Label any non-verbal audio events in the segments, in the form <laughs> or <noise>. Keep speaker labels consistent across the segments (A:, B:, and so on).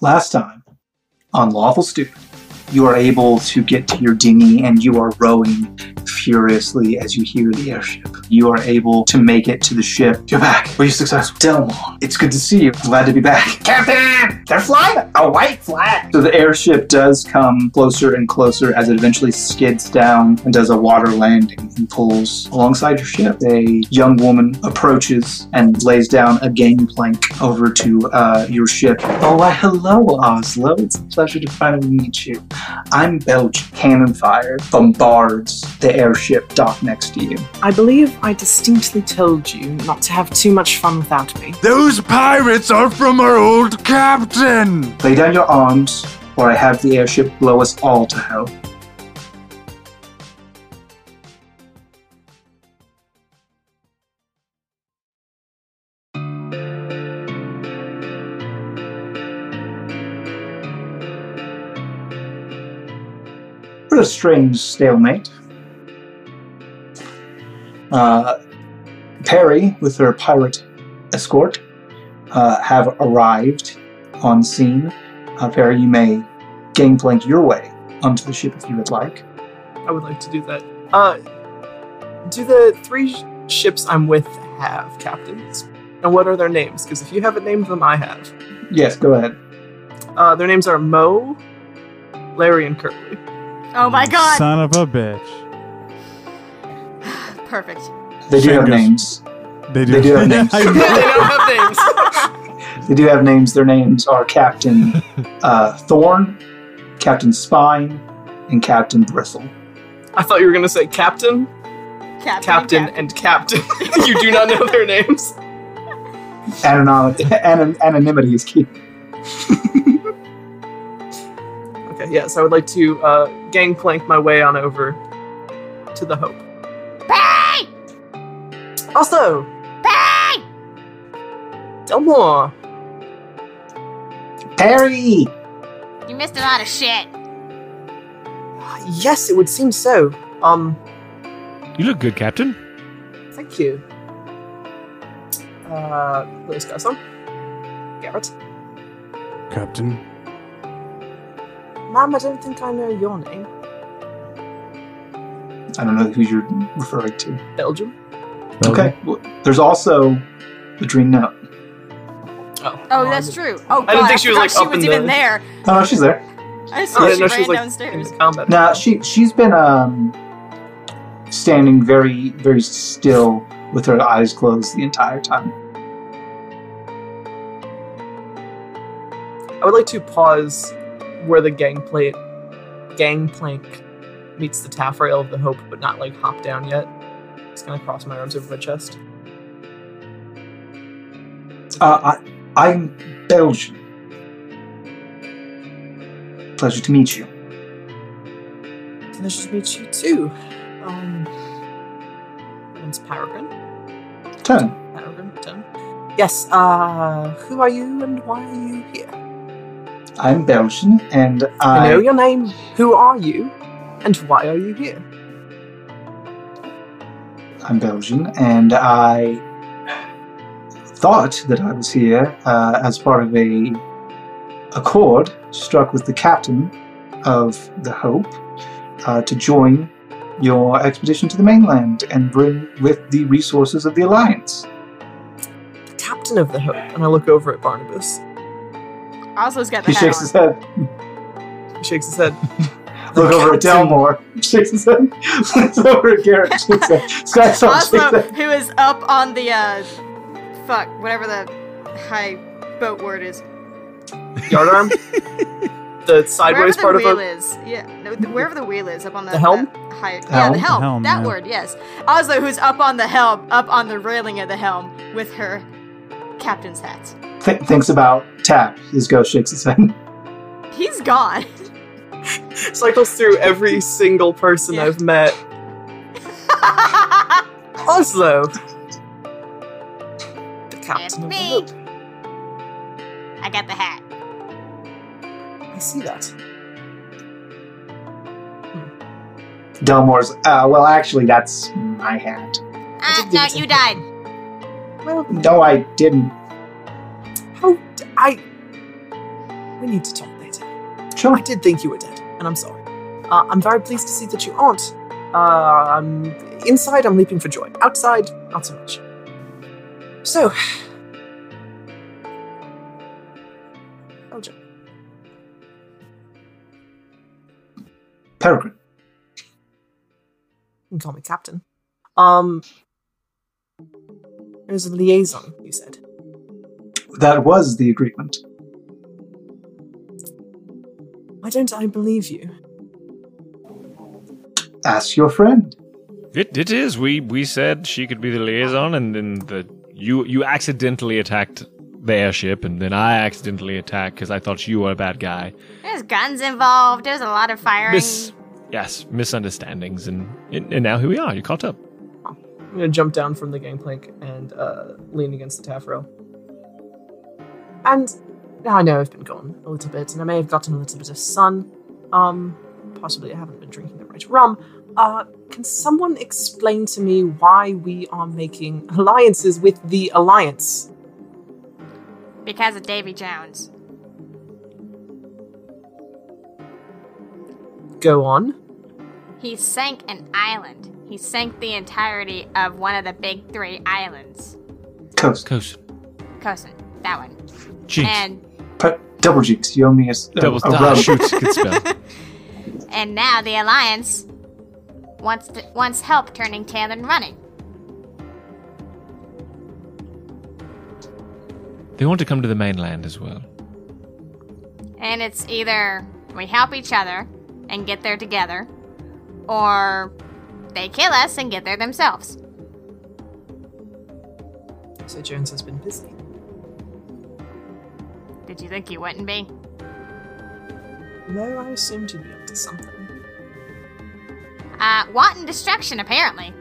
A: Last time on Lawful Stupid, you are able to get to your dinghy and you are rowing furiously as you hear the airship. You are able to make it to the ship. You're back. Were you successful? Delmar, it's good to see you. Glad to be back. Captain! They're flying a white flag! So the airship does come closer and closer as it eventually skids down and does a water landing and pulls alongside your ship. A young woman approaches and lays down a gangplank over to uh, your ship. Oh, why, hello, Oslo. It's a pleasure to finally meet you. I'm Belgian. Cannon fire bombards the airship dock next to you.
B: I believe I distinctly told you not to have too much fun without me.
C: Those pirates are from our old captain!
A: Lay down your arms, or I have the airship blow us all to hell. What a strange stalemate. Uh, Perry, with her pirate escort, uh, have arrived on scene. Uh, Perry, you may gangplank your way onto the ship if you would like.
B: I would like to do that. Uh, do the three sh- ships I'm with have captains? And what are their names? Because if you haven't named them, I have.
A: Yes, go ahead.
B: Uh, their names are Mo, Larry, and Curly.
D: Oh my god!
E: Mm, Son of a bitch.
D: Perfect.
A: They do have names.
E: Fingers. They do,
A: They do have names.
E: I
B: they
E: know.
B: don't have names. <laughs>
A: They do have names. Their names are Captain uh, Thorn, Captain Spine, and Captain Bristle.
B: I thought you were going to say Captain,
D: Captain.
B: Captain,
D: and
B: and Captain. <laughs> you do not know their names.
A: Anonymity, <laughs> anon- anonymity is key.
B: Okay, yes, I would like to uh, gangplank my way on over to the Hope.
D: Captain. Pay!
B: Also,
D: Pay!
B: Delmore.
A: Perry!
D: You missed a lot of shit.
B: Yes, it would seem so. Um,
F: <laughs> You look good, Captain.
B: thank you. Uh, Lewis Garson, Garrett.
E: Captain.
B: Ma'am, I don't think I know your name.
A: I don't know who you're referring to.
B: Belgium.
A: Okay. Well, there's also the dream note.
B: Oh,
D: Oh, that's true. Oh, God,
B: I didn't think she was,
D: forgot
B: like, up in
D: even
B: the- <laughs>
D: there.
A: Oh, No, no, she's there.
D: I
B: I
D: saw
B: didn't
D: she
B: know
D: ran
B: she was like in
D: downstairs.
B: the combat.
A: Now she she's been um standing very very still with her eyes closed the entire time.
B: I would like to pause where the gangplank, gangplank meets the taffrail of the Hope, but not like hop down yet. Just gonna cross my arms over my chest.
A: Uh, I I'm Belgian. Pleasure to meet you.
B: Pleasure to meet you too. Um, my name's Peregrine.
A: Turn.
B: Arrington. Yes, uh, who are you and why are you here?
A: I'm Belgian and
B: I know
A: I
B: your name. Who are you and why are you here?
A: I'm Belgian and I thought that I was here uh, as part of a accord struck with the captain of the Hope uh, to join your expedition to the mainland and bring with the resources of the Alliance.
B: The captain of the Hope. And I look over at Barnabas.
D: Oslo's got the
A: He
D: hat
A: shakes
D: on.
A: his head.
B: He shakes his head.
A: Look over at <laughs> Delmore. Shakes his head. Looks over at Garrett. Shakes his head. <laughs> Skysaw shakes his
D: Oslo,
A: head.
D: who is up on the, uh, fuck, whatever the high boat word is.
B: Yardarm? the sideways
D: Wherever the
B: part of
D: wheel
B: it.
D: is. Yeah, no, the, wherever the wheel is, up on the,
B: The helm?
D: the high, yeah,
A: Helm?
D: the helm.
E: The helm,
D: that
E: yeah.
D: word, yes. Oslo, who's up on the helm, up on the railing of the helm with her captain's hat.
A: Th- thinks about Tap. His ghost shakes his head.
D: He's gone. <laughs>
B: Cycles through every single person
D: Yeah.
B: I've met. Oslo! The
D: That's
B: captain of the
D: me.
B: Hope.
D: I got the hat.
B: I see that.
A: Delmore's, uh, well, actually, that's my hat.
D: Ah, no, you died.
B: Well,
A: No, I didn't.
B: how d- I. We need to talk later. Um,
A: Sure.
B: I did think you were dead, and I'm sorry. Uh, I'm very pleased to see that you aren't. Um, inside, I'm leaping for joy. Outside, not so much. So, Belgium.
A: Peregrine.
B: You can call me Captain. Um, there's a liaison. You said.
A: That was the agreement.
B: Why don't I believe you?
A: Ask your friend.
F: It it is. We we said she could be the liaison, and then the you you accidentally attacked the airship, and then I accidentally attacked because I thought you were a bad guy.
D: There's guns involved. There's a lot of firing.
F: Miss, yes, misunderstandings, and and and now here we are. You caught up.
B: I'm gonna jump down from the gangplank and uh, lean against the taffrail. And now I know I've been gone a little bit, and I may have gotten a little bit of sun. Um, possibly I haven't been drinking the right rum. Uh, can someone explain to me why we are making alliances with the Alliance?
D: because of Davy Jones.
B: Go on.
D: He sank an island. He sank the entirety of one of the big three islands.
A: Coast.
F: Coast.
D: Kosin, that one.
F: Jinx.
D: And
A: Pe- double jinx. You owe me a, s- a-
F: Double
A: a
F: ah, <laughs>
A: rub.
F: shoot. Good spell.
D: and now the Alliance wants to, wants help turning tail and running.
F: They want to come to the mainland as well.
D: And it's either we help each other and get there together, or they kill us and get there themselves.
B: So Jones has been busy.
D: Did you think you wouldn't be?
B: No, I assumed he'd be up to something.
D: Uh, wanton destruction, apparently.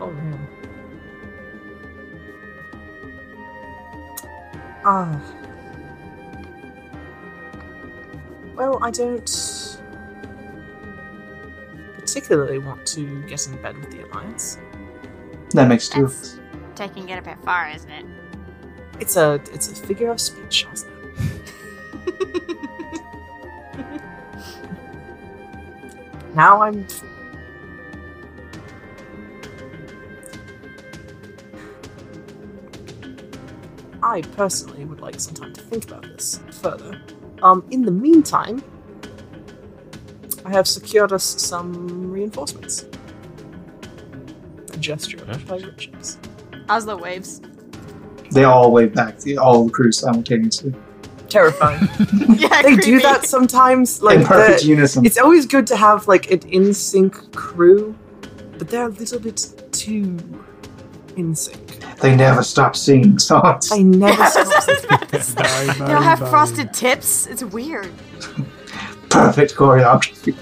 B: Oh no. Ah. Well, I don't particularly want to get in bed with the Alliance.
A: That makes two.
D: That's taking it a bit far, isn't it?
B: It's a it's a figure of speech, isn't it? <laughs> now I'm I personally would like some time to think about this further. Um, in the meantime, I have secured us some reinforcements. A gesture of by Richards.
D: Oslo <laughs> waves.
A: They all wave back. The, all the crew simultaneously.
B: Terrifying.
D: yeah,
B: they do that sometimes. Like
A: In perfect
B: the-
A: unison.
B: it's always good to have like an in sync crew, but they're a little bit too in sync.
A: They never stop singing songs.
B: I never stop.
E: Bye,
D: They
E: bye,
D: all have
E: bye.
D: frosted tips. It's weird.
A: Perfect choreography.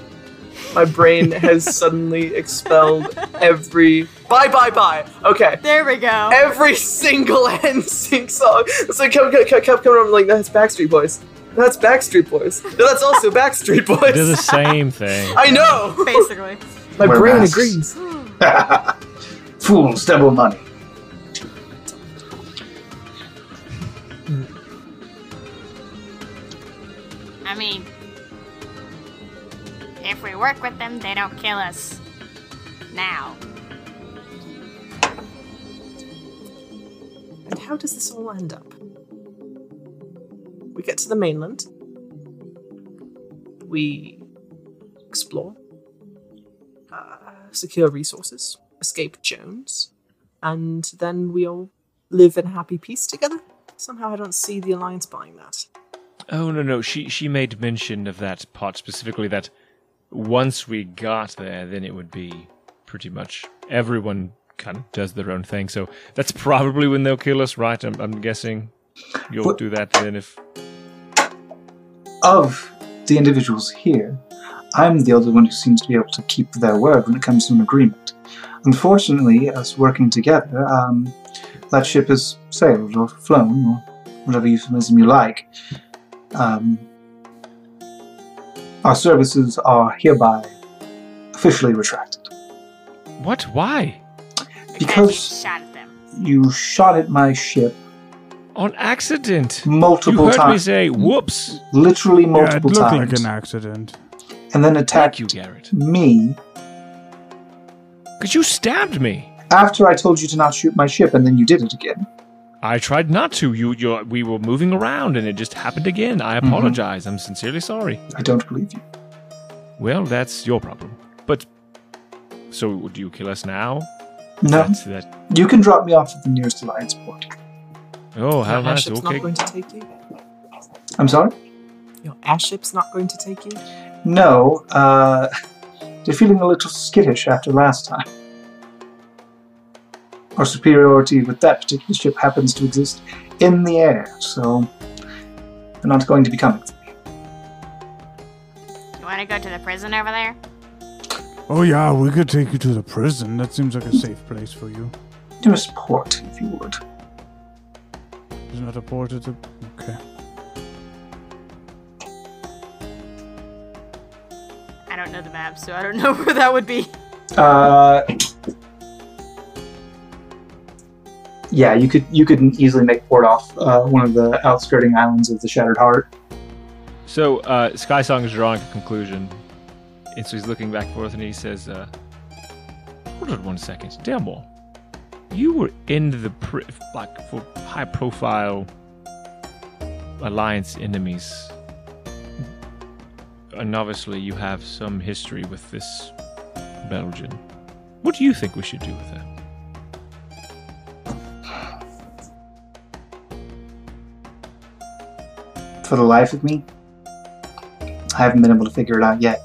B: My brain has suddenly expelled every bye bye bye. Okay.
D: There we go.
B: Every single <laughs> NSYNC song. So come, come, come, come, come. I'm like, no, that's Backstreet Boys. No, that's Backstreet Boys. No, that's also Backstreet
F: They're the
B: Boys.
F: same thing.
B: I know.
D: <laughs> Basically.
B: My
A: Wear
B: brain
A: masks.
B: agrees.
A: Fools, double money.
D: I mean, if we work with them, they don't kill us. Now.
B: And how does this all end up? We get to the mainland. We explore, uh, secure resources, escape Jones, and then we all live in happy peace together. Somehow I don't see the Alliance buying that.
F: Oh no no. She she made mention of that part specifically that once we got there, then it would be pretty much everyone kind of does their own thing. So that's probably when they'll kill us, right? I'm, I'm guessing you'll
A: But-
F: do that then if
A: Of the individuals here, I'm the only one who seems to be able to keep their word when it comes to an agreement. Unfortunately, us working together, um, that ship has sailed or flown or whatever euphemism you like. Um, our services are hereby officially retracted
F: what? Why?
D: Because
A: because
D: you shot at them.
A: you shot at my ship
F: On accident. you
A: multiple
F: heard me
A: times,
F: say, "Whoops."
A: literally
E: Yeah, it
A: multiple
E: looked
A: times,
E: like an accident.
A: and then
F: Thank
A: attacked
F: you, Garrett.
A: me
F: Because you stabbed me.
A: after I told you to not shoot my ship, and then you did it again.
F: I tried not to. You, you, we were moving around, and it just happened again. I
A: Mm-hmm.
F: apologize. I'm sincerely sorry.
A: I don't believe you.
F: Well, that's your problem. But so, do you kill us now?
A: No,
F: That's that.
A: you can drop me off at the nearest alliance port.
F: Oh, how
B: Your air
F: nice.
B: ship's not
F: Okay.
B: going to take you.
A: I'm sorry.
B: Your air ship's not going to take you.
A: No, uh, <laughs> they're feeling a little skittish after last time. Our superiority with that particular ship happens to exist in the air, so they're not going to be coming.
D: You want to go to the prison over there?
E: Oh yeah, we could take you to the prison. That seems like a safe place for you.
A: Nearest port, if you would.
E: There's not a port at the.
D: <laughs>
E: Okay.
D: I don't know the map, so I don't know <laughs> where that would be.
A: Uh, yeah, you could you could easily make port off uh, one of the outskirting islands of the Shattered Heart.
F: So, uh, Sky Song is drawing a conclusion, and so he's looking back and forth, and he says, uh, "Hold on one second, Delmore. You were in the pri- like for high-profile alliance enemies, and obviously you have some history with this Belgian. What do you think we should do with her?
A: For the life of me, I haven't been able to figure it out yet.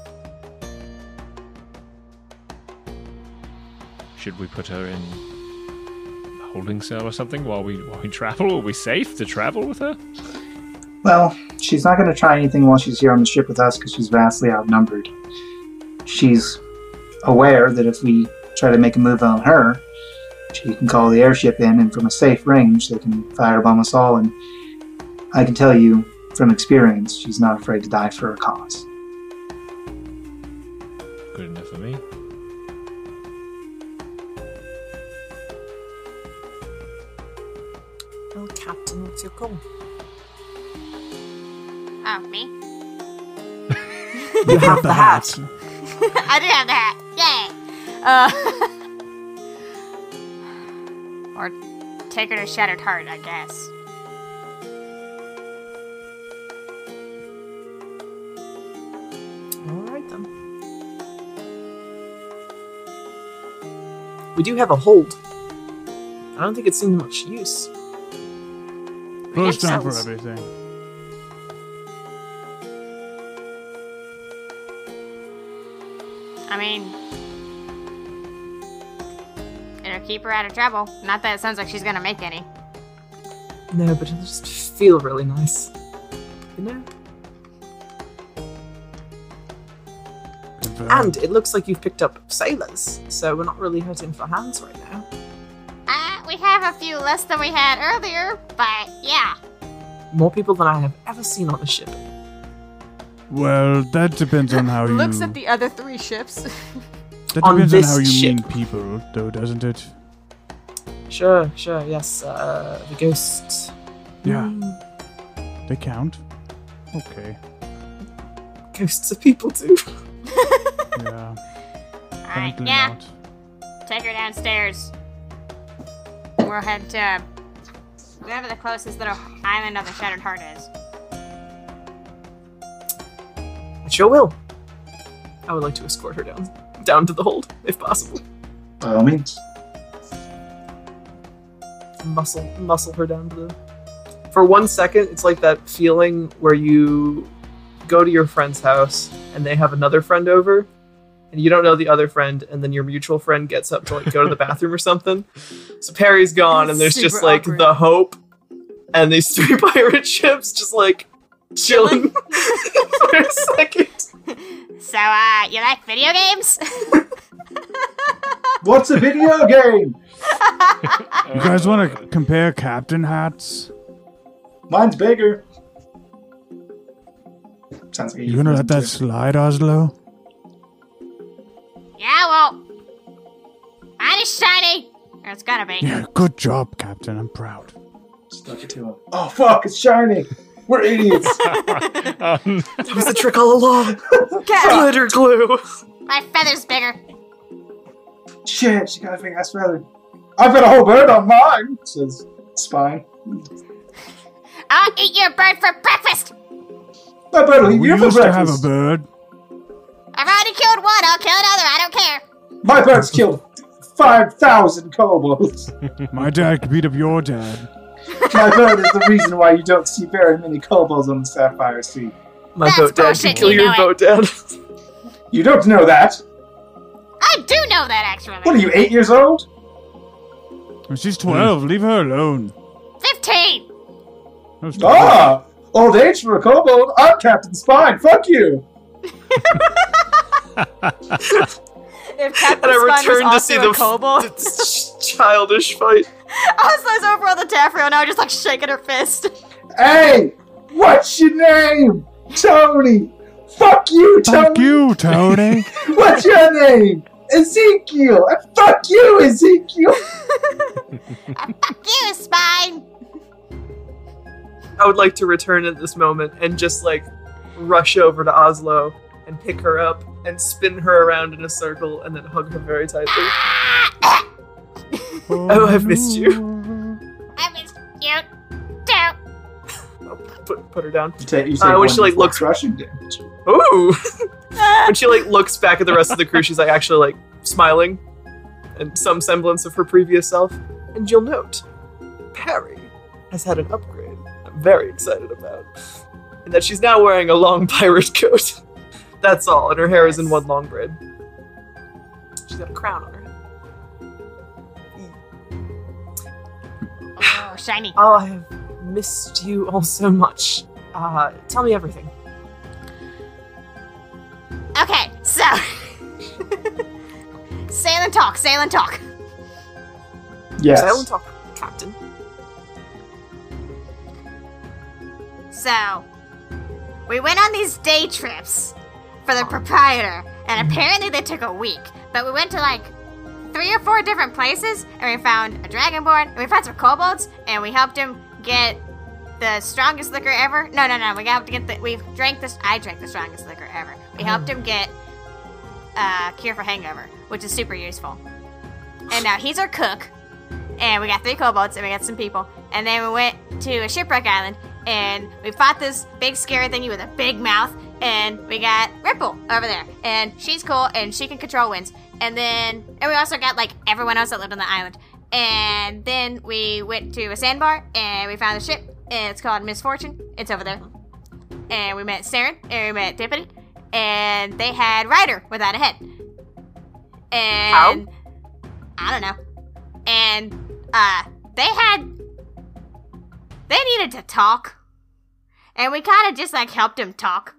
F: Should we put her in?" a Holding cell or something while we while we travel? Are we safe to travel with her?
A: Well, she's not going to try anything while she's here on the ship with us because she's vastly outnumbered. She's aware that if we try to make a move on her, she can call the airship in, and from a safe range, they can firebomb us all. And I can tell you from experience, she's not afraid to die for a cause.
F: Good enough for me.
B: Well, Captain, what's your call?
D: Oh, me?
B: You have the hat.
D: <laughs> I do have the hat. Yay! Uh, <laughs> or take her to Shattered Heart, I guess.
B: All right then. We do have a hold. I don't think it's in much use.
E: Close
D: Yeah,
E: down for
B: sounds-
E: everything.
D: I mean, it'll keep her out of trouble. Not that it sounds like she's gonna make any.
B: No, but it'll just feel really nice. You know?
E: Confirm.
B: And it looks like you've picked up sailors, so we're not really hurting for hands right now.
D: Uh, we have a few less than we had earlier, but yeah.
B: More people than I have ever seen on the ship.
E: Well, that depends on how you.
D: <laughs> Looks at the other three ships.
E: that
B: on
E: depends on
B: this
E: how you
B: ship.
E: mean people, though, doesn't it?
B: Sure, sure, yes. Uh, the ghost.
E: Yeah, they count. Okay.
B: Ghosts of people too.
E: Yeah.
D: Alright,
E: apparently
D: yeah.
E: not.
D: Take her downstairs. We'll head to whatever the closest little island of the Shattered Heart is.
B: I sure will. I would like to escort her down down to the hold, if possible.
A: By all means.
B: Muscle muscle her down to the For one second, it's like that feeling where you go to your friend's house and they have another friend over and you don't know the other friend and then your mutual friend gets up to like
D: <laughs>
B: go to the bathroom or something. So Perry's gone and there's just
D: Super
B: like
D: awkward.
B: the hope and these three <laughs> pirate ships just like chilling <laughs> for a second.
D: So, uh, you like video games? <laughs>
A: What's a video <laughs> game?
E: You guys want to compare captain hats?
A: Mine's bigger. Sounds like a
E: You gonna let that
A: euphemism, too.
E: slide, Oslo?
D: yeah, well, mine is shiny. Or it's gonna be.
E: Yeah, good job, captain. I'm proud.
A: Stuck it to him. Oh fuck! It's shining. We're
E: <laughs>
A: idiots.
F: Um,
B: That was the trick all
D: <laughs>
B: along.
D: Get
B: Glitter glue.
D: my feather's bigger.
A: Shit! She got a big ass feather. I've got a whole bird on mine. Says spine.
D: I'll eat your bird for breakfast.
A: My bird will eat
E: we
A: you for
E: used to have a
A: breakfast.
E: bird.
D: I've already killed one. I'll kill another. I don't care.
A: My bird's killed five thousand kobolds.
E: My dad beat up your dad.
A: My bird is the reason why you don't see very many kobolds on the Sapphire Sea.
B: My
D: That's
B: boat dad can
D: bullshit,
B: kill
D: you
B: your
D: know
B: boat
D: it.
B: dad.
A: You don't know that.
D: I do know that actually.
A: What are you, eight years old?
E: When She's 12. Leave her alone.
D: Fifteen.
E: That was
A: Ah! Old age for a kobold? I'm Captain Spine. Fuck you!
D: If
B: And I
D: Captain Spine was
B: returned to
D: also
B: see
D: a
B: the
D: kobold.
B: ch- childish fight.
D: Oslo's over on the taffrail now, just like shaking her fist.
A: Hey! What's your name? Tony! Fuck you, Tony!
E: Fuck you, Tony.
A: What's your name? Ezekiel! And fuck you, Ezekiel!
D: Fuck you, Spine.
B: I would like to return at this moment and just like rush over to Oslo and pick her up and spin her around in a circle and then hug her very tightly. Oh, I've missed
E: you.
D: I miss you too.
B: Put, put her down.
A: You take, you
B: Uh, when she, like, looks-
A: rushing damage.
B: <laughs> Ooh! when she like looks back at the rest of the crew, she's like actually like smiling and some semblance of her previous self. And you'll note, Perry has had an upgrade. I'm very excited about, and that she's now wearing a long pirate coat. <laughs> That's all, and her hair is in
D: Nice.
B: one long braid. She's got a crown on her head.
D: Oh, shiny.
B: Oh, I have missed you all so much. Uh, tell me everything.
D: Okay, so. <laughs> sail and talk, sail and talk.
A: Yes.
B: Silent talk, Captain.
D: So, we went on these day trips for the proprietor, and apparently they took a week. But we went to like three or four different places, and we found a dragonborn, and we found some kobolds, and we helped him get the strongest liquor ever. No, no, no. We got to get the. We drank this. I drank the strongest liquor ever. We helped him get uh, cure for hangover, which is super useful. And now he's our cook, and we got three kobolds, and we got some people, and then we went to a shipwreck island, and we fought this big scary thingy with a big mouth, and we got Ripple over there, and she's cool, and she can control winds, and then and we also got like everyone else that lived on the island, and then we went to a sandbar, and we found a ship, and it's called Misfortune, it's over there, and we met Saren, and we met Tiffany, and they had Ryder without a head. And I don't know. And uh they had they needed to talk. And we kind of just like helped him talk.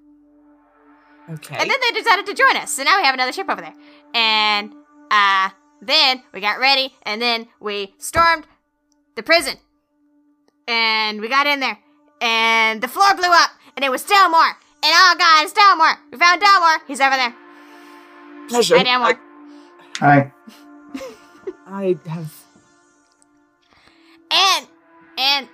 B: Okay.
D: And then they decided to join us. So now we have another ship over there. And uh then we got ready and then we stormed the prison. And we got in there. And the floor blew up and it was Delmore. And oh god, it's Delmore. We found Delmore. He's over there.
B: Pleasure.
D: Hi Delmore.
A: Hi.
B: I have
D: and and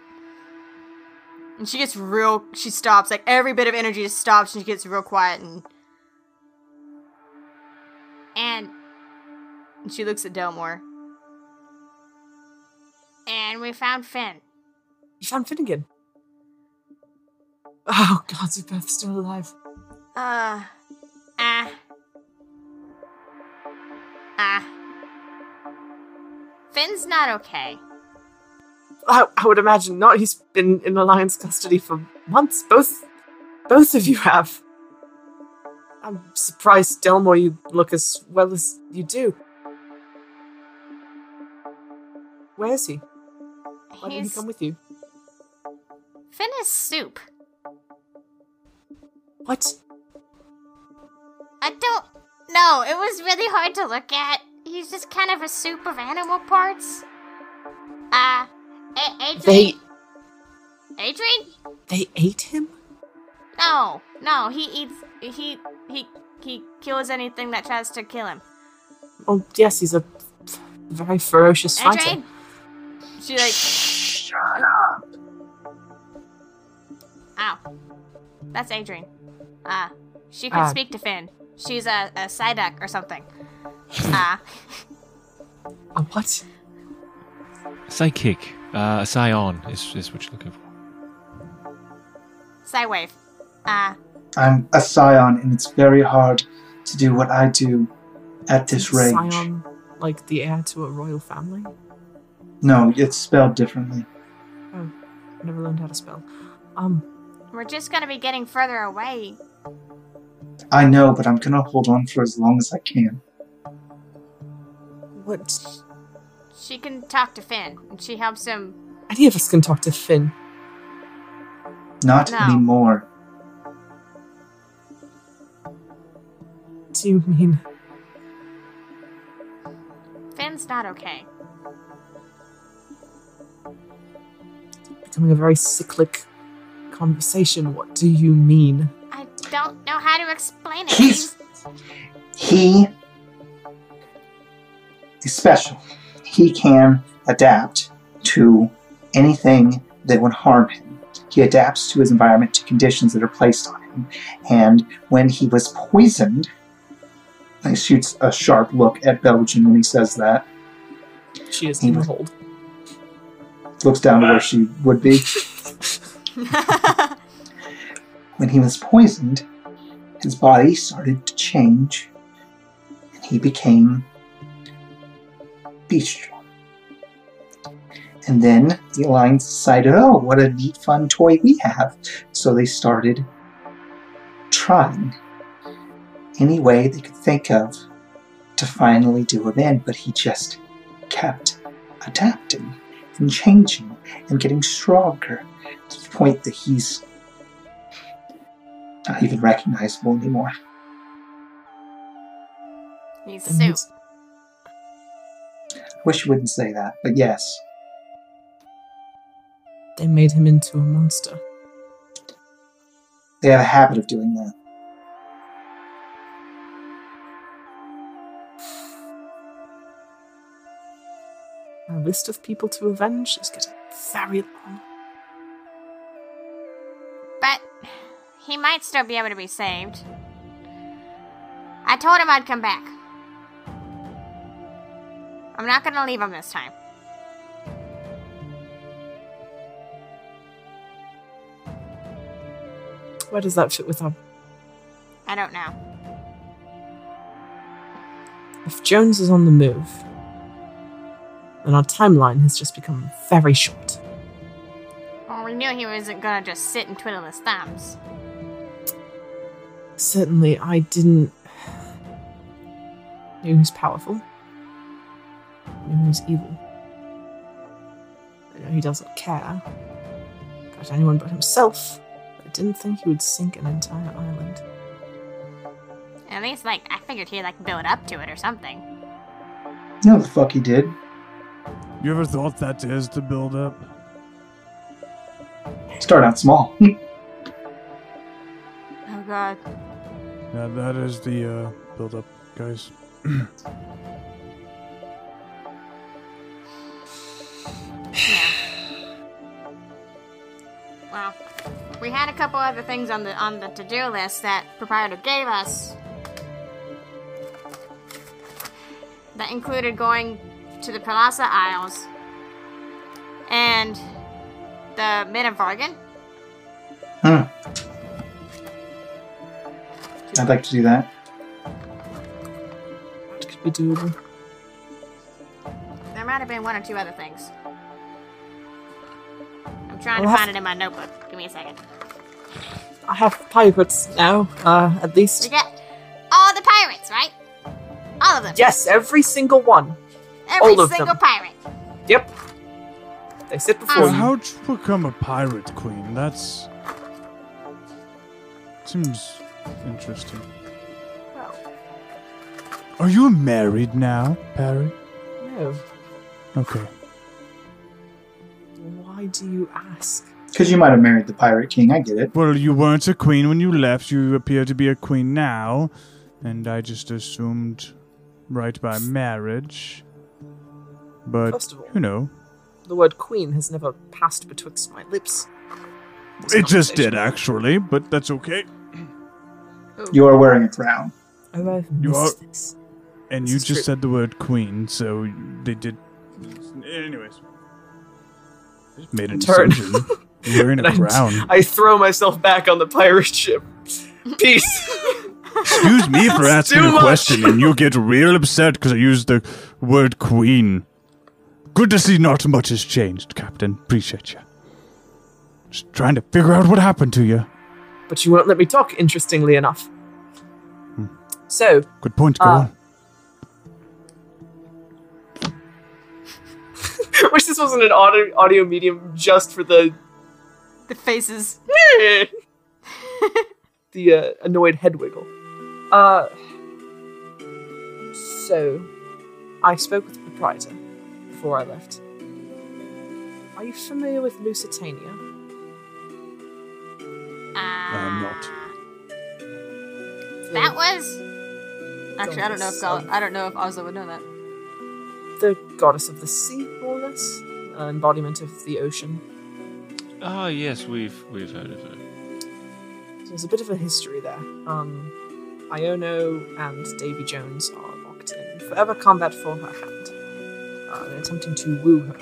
D: and she gets real she stops like every bit of energy just stops and she gets real quiet and and, and she looks at delmore and we found finn
B: You found Finnegan. Oh god, is Beth still alive?
D: uh ah ah finn's not okay
B: I, I would imagine not. He's been in Alliance custody for months. Both both of you have. I'm surprised, Delmore, you look as well as you do. Where is he? Why didn't he
D: He's,
B: come with you?
D: finn is soup
B: What?
D: I don't know. It was really hard to look at. He's just kind of a soup of animal parts. Uh, A- Adrian?
B: They
D: Adrian?
B: they ate him?
D: No, no. He eats. He he he kills anything that tries to kill him.
B: Oh yes, he's a very ferocious fighter.
D: Adrian. She like
A: Shut up.
D: Ow. That's Adrian. Uh, she can
G: Ah.
D: speak to Finn. She's a, a Psyduck or something. Uh,
B: A what?
F: Psychic. Uh, Scion is, is what you're looking for.
D: Psywave. Uh,
A: I'm a scion, and it's very hard to do what I do at this range.
B: Scion, like the heir to a royal family.
A: No, it's spelled differently.
B: Never learned how to spell. Um,
D: we're just gonna be getting further away.
A: I know, but I'm gonna hold on for as long as I can.
B: what?
D: She can talk to Finn, and she helps him.
B: Any of us can talk to Finn.
A: Not
D: No.
A: anymore.
B: What do you mean?
D: Finn's not okay.
B: Becoming a very cyclic conversation. What do you mean?
D: I don't know how to explain it.
A: He's- He is special. He can adapt to anything that would harm him. He adapts to his environment, to conditions that are placed on him. And when he was poisoned, he shoots a sharp look at Belgian when he says that.
B: She is
A: He
B: in the
A: was-
B: hold.
A: Looks down to where she would be.
D: <laughs>
A: When he was poisoned, his body started to change, and he became beast. And then the Alliance decided, oh, what a neat, fun toy we have. So they started trying any way they could think of to finally do him in, but he just kept adapting and changing and getting stronger to the point that he's not even recognizable anymore.
D: He's
B: That
D: soup.
B: means-
A: I wish you wouldn't say that, but yes,
B: They made him into a monster.
A: they have a habit of doing that.
B: Our list of people to avenge is getting very long.
D: But he might still be able to be saved. I told him I'd come back. I'm not gonna leave him this time.
B: Where does that fit with our?
D: I don't know.
B: If Jones is on the move, then our timeline has just become very short.
D: Well, we knew he wasn't gonna just sit and twiddle his thumbs.
B: Certainly, I didn't. <sighs> Knew who's powerful. Knew who's evil. I know he doesn't care about anyone but himself. But I didn't think he would sink an entire island.
D: At least, like, I figured he'd, like, build up to it or something.
A: You know what the fuck he did?
E: You ever thought that is the build up?
A: Start out small. <laughs>
D: Oh, God.
E: Yeah, that is the uh, build up, guys.
D: Well, we had a couple other things on the on the to-do list that proprietor gave us. That included going to the Palasa Isles and the Men of Vargan.
A: Hmm. I'd like to do that.
B: It could be doable.
D: There might have been one or two other things.
B: Well,
D: I'm trying to
B: that's-
D: find it in my notebook. Give me a second.
B: I have pirates now, uh, at
D: We
B: least.
D: got all the pirates, right? All of them.
B: Yes, every single one.
D: Every
B: all of
D: single
B: them.
D: pirate.
B: Yep. They sit before
E: Well,
B: you.
E: how'd you become a pirate queen? That's seems interesting. Are you married now, Perry?
B: No.
E: Okay.
B: Why do you ask?
A: Because you might have married the Pirate King, I get it.
E: Well, you weren't a queen when you left. You appear to be a queen now, and I just assumed right by marriage. But
B: First of all,
E: you know,
B: the word queen has never passed betwixt my lips.
E: It just did, actually, but that's okay.
A: You are wearing a crown.
B: Oh, I've
E: You
B: missed this.
E: And
B: This
E: you
B: is
E: just
B: true.
E: said the word queen, so they did. Anyways, just made an
B: Turn.
E: assumption.
B: <laughs>
E: You're wearing
B: And
E: a
B: I- <laughs>
E: crown.
B: I throw myself back on the pirate ship.
D: <laughs>
B: Peace.
E: Excuse me for asking
B: too
E: a
B: much.
E: question, and you get real upset because I used the word queen. Good to see not much has changed, Captain. Appreciate you. Just trying to figure out what happened to you.
B: but you won't let me talk, interestingly enough. So, <laughs>
E: Good point,
B: Uh.
E: girl.
B: wish this wasn't an audio, audio medium just for the
D: The faces.
B: <laughs> the uh, annoyed head wiggle. Uh, so, I spoke with the proprietor before I left. Are you familiar with Lusitania?
D: Uh,
E: I'm not.
B: The-
D: that was. Actually, I don't know if Gal- I don't know if Ozla would know that.
B: the goddess of the sea, more or less, an embodiment of the ocean.
F: Ah, yes, we've we've heard of it.
B: So there's a bit of a history there. Um, Iono and Davy Jones are locked in forever combat for her hand. Uh, they're attempting to woo her.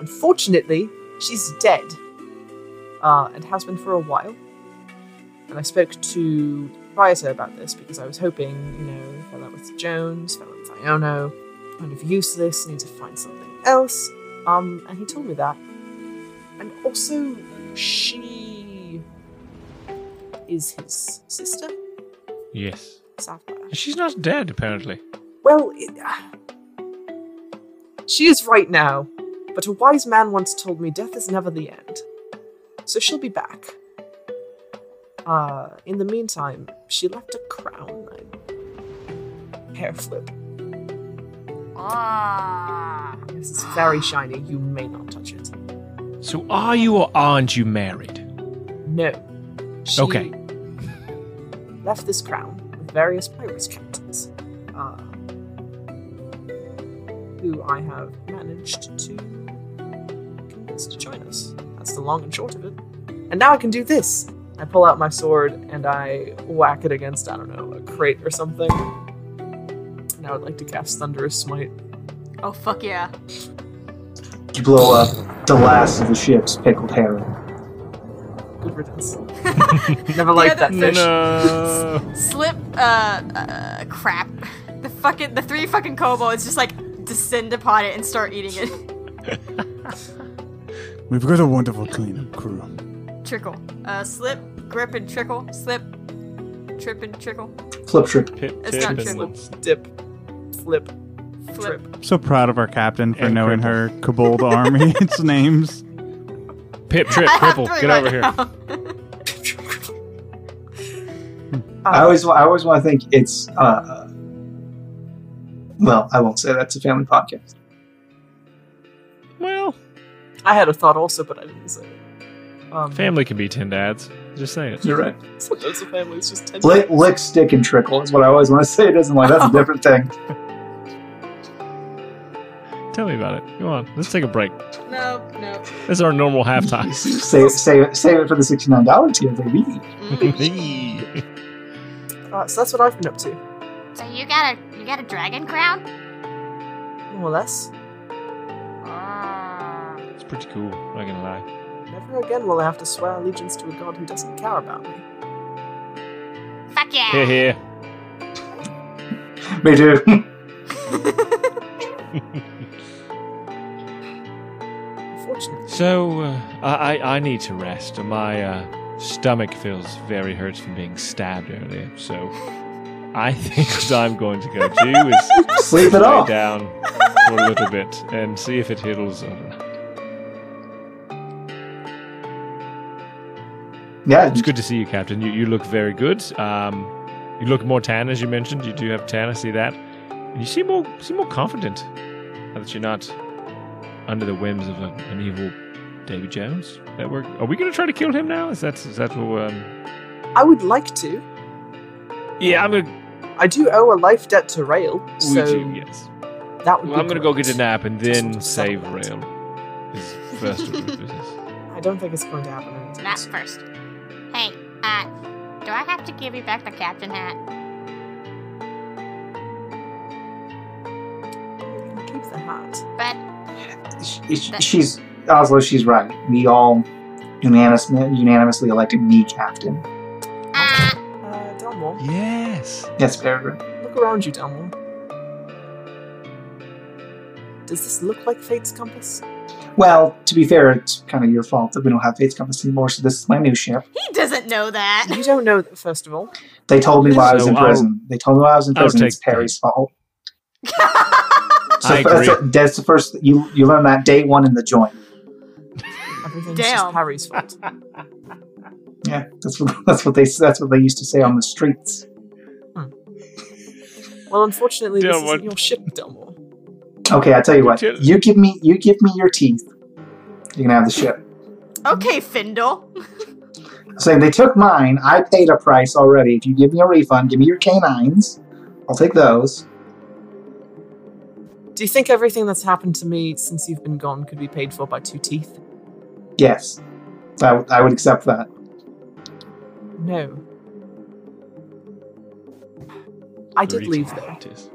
B: Unfortunately, she's dead, uh, and has been for a while. And I spoke to the proprietor about this because I was hoping, you know, fell out with Jones, fell out with Iono, kind of useless, need to find something else. Um, and he told me that. And also, she is his sister,
F: Yes,
B: Sapphire.
F: she's not dead apparently.
B: Well, it, ah. she is right now, but a wise man once told me death is never the end. So she'll be back. Uh, in the meantime, she left a crown. I- Hair flip.
D: Ah.
B: This is very shiny. You may not touch it.
F: So, are you or aren't you married?
B: No. She
F: Okay.
B: Left this crown with various pirates captains, uh, who I have managed to convince to join us. That's the long and short of it. And now I can do this. I pull out my sword and I whack it against I don't know a crate or something. And I would like to cast Thunderous Smite.
D: Oh fuck yeah.
A: You blow up the last of the ship's pickled herring.
B: Good <laughs> riddance. Never liked that
D: other-
B: fish.
D: <laughs>
F: No.
D: Slip. Uh, uh. Crap. The fucking the three fucking kobolds just like descend upon it and start eating it.
E: We've got a wonderful cleanup crew.
D: trickle. Uh. Slip. Grip and trickle. Slip. Trip and trickle.
A: Flip trip.
F: Pip,
D: It's not true.
B: Dip, flip,
D: Flip.
E: So proud of our captain for
F: And
E: knowing
F: cripple.
E: her
B: <laughs>
E: kobold army. its names.
D: <laughs>
F: Pip, trip,
D: I have
F: cripple,
D: three
F: get
D: right
F: over here. <laughs>
D: now.
A: I always, wa- I always want to think it's. Uh, uh, well, I won't say that's a family podcast.
F: Well,
B: I had a thought also, but I didn't say it. Um,
F: family can be ten dads. Just saying it.
A: You're right.
B: Sometimes the family is just ten.
A: Lick, lick, stick, and trickle is what I always want to <laughs> say. It doesn't like that's a different thing.
F: Tell me about it. Come on, let's take a break.
D: no. No.
F: This is our normal halftime.
A: save, save, save it for the sixty nine dollars here, baby.
D: Mm.
B: Uh, so that's what I've been up to,
D: So you got a you got a dragon crown?
B: more or less.
D: Ah.
F: it's pretty cool. Not gonna lie.
B: Never again will I have to swear allegiance to a god who doesn't care about me.
D: Fuck yeah.
F: Here, here.
A: Me too.
B: Unfortunately,
F: So uh, I, I I need to rest. My uh, stomach feels very hurt from being stabbed earlier. So I <laughs> think what I'm going to go do is
A: Sleep it
F: lay
A: off.
F: down for a little bit and see if it heals or not.
A: <laughs> Yeah,
F: It's good to see you, Captain. You, you look very good. Um, you look more tan, as you mentioned. You do have tan. I see that. And you seem more seem more confident now that you're not under the whims of a, an evil Davy Jones. That we're are we going to try to kill him now? Is that is that what? Um,
B: I would like to.
F: yeah, I'm gonna.
B: I do owe a life debt to Rail,
F: we
B: so
F: do, yes.
B: that would.
F: Well,
B: be
F: I'm gonna go
B: great.
F: get a nap and
B: Just
F: then
B: to
F: save
B: settle it.
F: Rail. Is first order of business.
B: I don't think it's going to happen anytime
D: Not
B: soon.
D: first. Hey, uh, do I have to give you back the captain hat?
B: You can keep the hat.
D: But
A: Sh- sh- She's Oslo. She's right. We all unanimous, unanimously elected me captain.
D: uh,
B: Uh, Delmore,
F: Yes.
A: Yes, Peregrine.
B: look around you, Delmore. Does this look like Fate's compass?
A: Well, to be fair, it's kind of your fault that we don't have Fate's Compass anymore. So this is my new ship.
D: he doesn't know that. <laughs>
B: You don't know that, first of all.
A: They told me while I was
F: So
A: in
F: I'll-
A: prison. they told me while I was in
F: I'll
A: prison. It's
F: take that.
A: Perry's fault. So
F: I
A: fir-
F: agree.
A: so that's the first you you learn that day one in the joint.
B: Everything's
D: Damn.
B: just Harry's fault.
A: Yeah, that's what <laughs> that's what they that's what they used to say on the streets.
B: Well, unfortunately, this
F: Delmore.
B: isn't your ship, Delmore.
A: Okay, I tell you what.
F: Chill.
A: You give me you give me your teeth. You can have the ship.
D: okay, Findle.
A: Saying they took mine. I paid a price already. If you give me a refund, give me your canines. I'll take those.
B: Do you think everything that's happened to me since you've been gone could be paid for by two teeth?
A: Yes, I, w- I would accept that.
B: No. I did
F: Burrito
B: leave, though.
F: practice.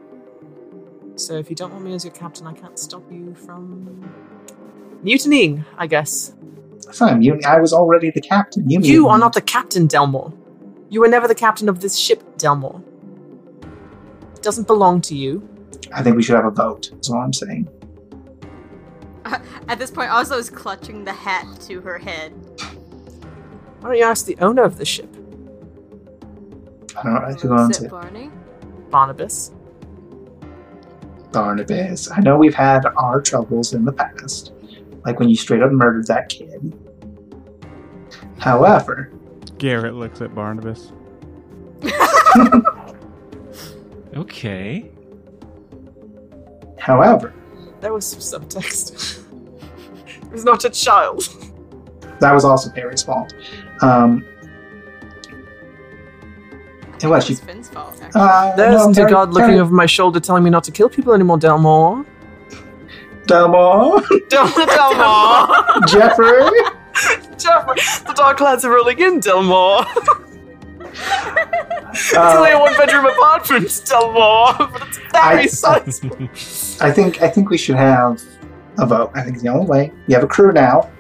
B: So if you don't want me as your captain, I can't stop you from mutinying, I guess.
A: That's not a mutiny. I was already the captain. You,
B: You are
A: mutiny.
B: not the captain, Delmore. You were never the captain of this ship, Delmore. It doesn't belong to you.
A: I think we should have a vote. That's all I'm saying.
D: At this point, Oslo is clutching the hat to her head.
B: Why don't you ask the owner of the ship,
A: I don't know. I could go on
D: Sit,
A: to
D: Barney.
B: Barnabas?
A: Barnabas. I know we've had our troubles in the past, like when you straight up murdered that kid. However,
E: Garrett looks at Barnabas.
F: Okay.
A: however,
B: There was some subtext. <laughs> it was not a child.
A: that was also Perry's fault. Um,
D: I
A: and what
D: think
A: she
D: It's Finn's fault. actually.
A: Uh,
B: There's
A: no,
B: the
A: Perry-
B: god looking
A: Perry-
B: over my shoulder telling me not to kill people anymore, Delmore.
A: Delmore,
B: Delmore!
A: <laughs>
B: Delmore!
A: Jeffrey.
B: <laughs> Jeffrey, the dark clouds are rolling in, Delmore! It's only a
A: Uh,
B: one bedroom apartment, Delmore, <laughs> but it's very
A: I-
B: sizable.
A: I think I think we should have a vote. I think it's the only way. We have a crew now.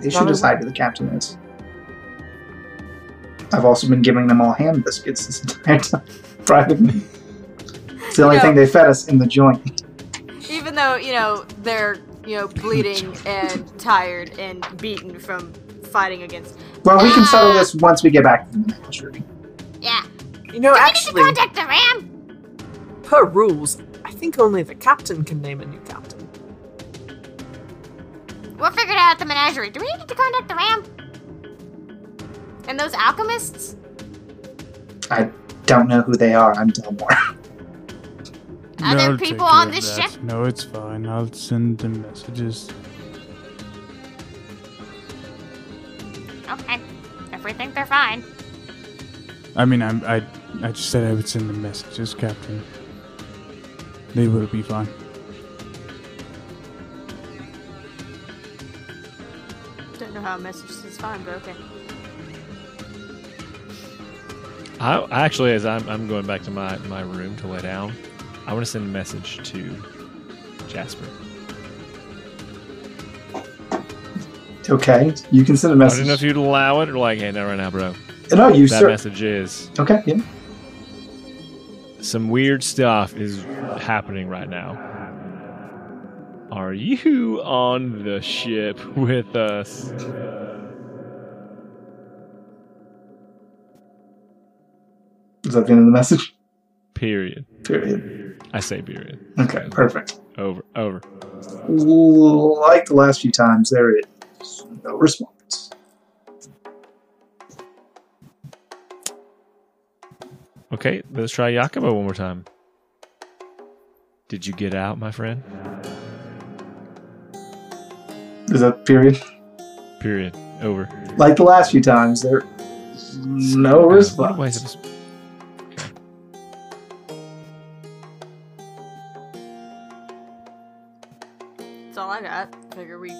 A: They should
B: Another
A: decide who the captain is. I've also been giving them all ham biscuits this entire <laughs> time. Private. It's the only
D: No.
A: thing they fed us in the joint.
D: Even though you know they're you know
A: <laughs>
D: bleeding and tired and beaten from fighting against. Ah.
A: Well, we can settle this once we get back to the menagerie.
D: Yeah.
B: You know,
D: Do
B: actually,
D: we need to contact the ram?
B: per rules, I think only the captain can name a new captain.
D: We'll figure it out at the menagerie. Do we need to contact the ram? And those alchemists?
A: I don't know who they are. I'm Delmore.
D: Are there
E: I'll
D: people
E: take care
D: on
E: of
D: this
E: that.
D: ship?
E: No, it's fine. I'll send them messages.
D: Okay. If we think they're fine.
E: I mean, I'm, I, I just said I would send them messages, Captain. They will be fine.
D: Don't know how a message is fine, but okay.
F: I actually, as I'm, I'm going back to my, my room to lay down, I want to send a message to Jasper.
A: <laughs> Okay, you can send a
F: I
A: message.
F: don't know if you'd allow it or like, hey, no, right now, bro.
A: no, you
F: that
A: sir.
F: message is
A: Okay, yeah.
F: some weird stuff is happening right now. Are you on the ship with us?
A: Is that the end of the message?
F: Period.
A: Period.
F: I say period.
A: Okay, perfect.
F: Over. Over.
A: Like the last few times, there is no response.
F: Okay, let's try Yakumo one more time. Did you get out, my friend?
A: Is that period?
F: Period. Over.
A: Like the last few times, there is no
F: Uh, what a waste
A: response.
F: of-
D: I figure we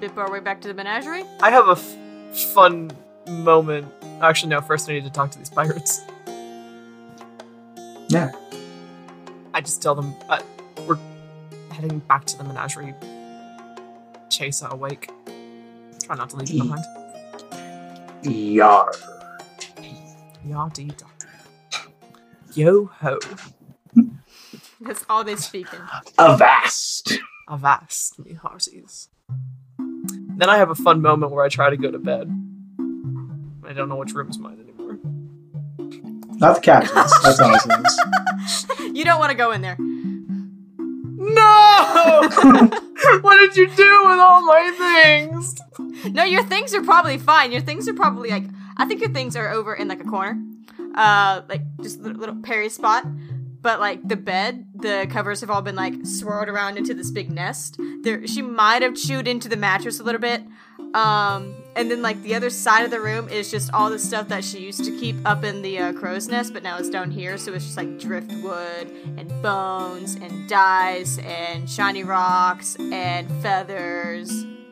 D: bip our way back to the menagerie. <laughs>
B: I have a f- fun moment. Actually, no. First, I need to talk to these pirates.
A: Yeah.
B: I just tell them uh, we're heading back to the menagerie. Chase our wake. Try not to leave them behind.
A: Yar.
B: Yardy Yo ho,
D: That's all they speak in.
A: Avast.
B: avast me hearties. Then I have a fun moment where I try to go to bed. I don't know which room is mine anymore.
A: Not the captain's. That's nonsense.
D: You don't want to go in there.
B: No! <laughs> what did you do with all my things?
D: No, your things are probably fine. Your things are probably like I think your things are over in like a corner, uh, like just a little, little parry spot. But like the bed, the covers have all been like swirled around into this big nest. There, she might have chewed into the mattress a little bit. Um, and then like the other side of the room is just all the stuff that she used to keep up in the uh, crow's nest, but now it's down here. So it's just like driftwood and bones and dice and shiny rocks and feathers.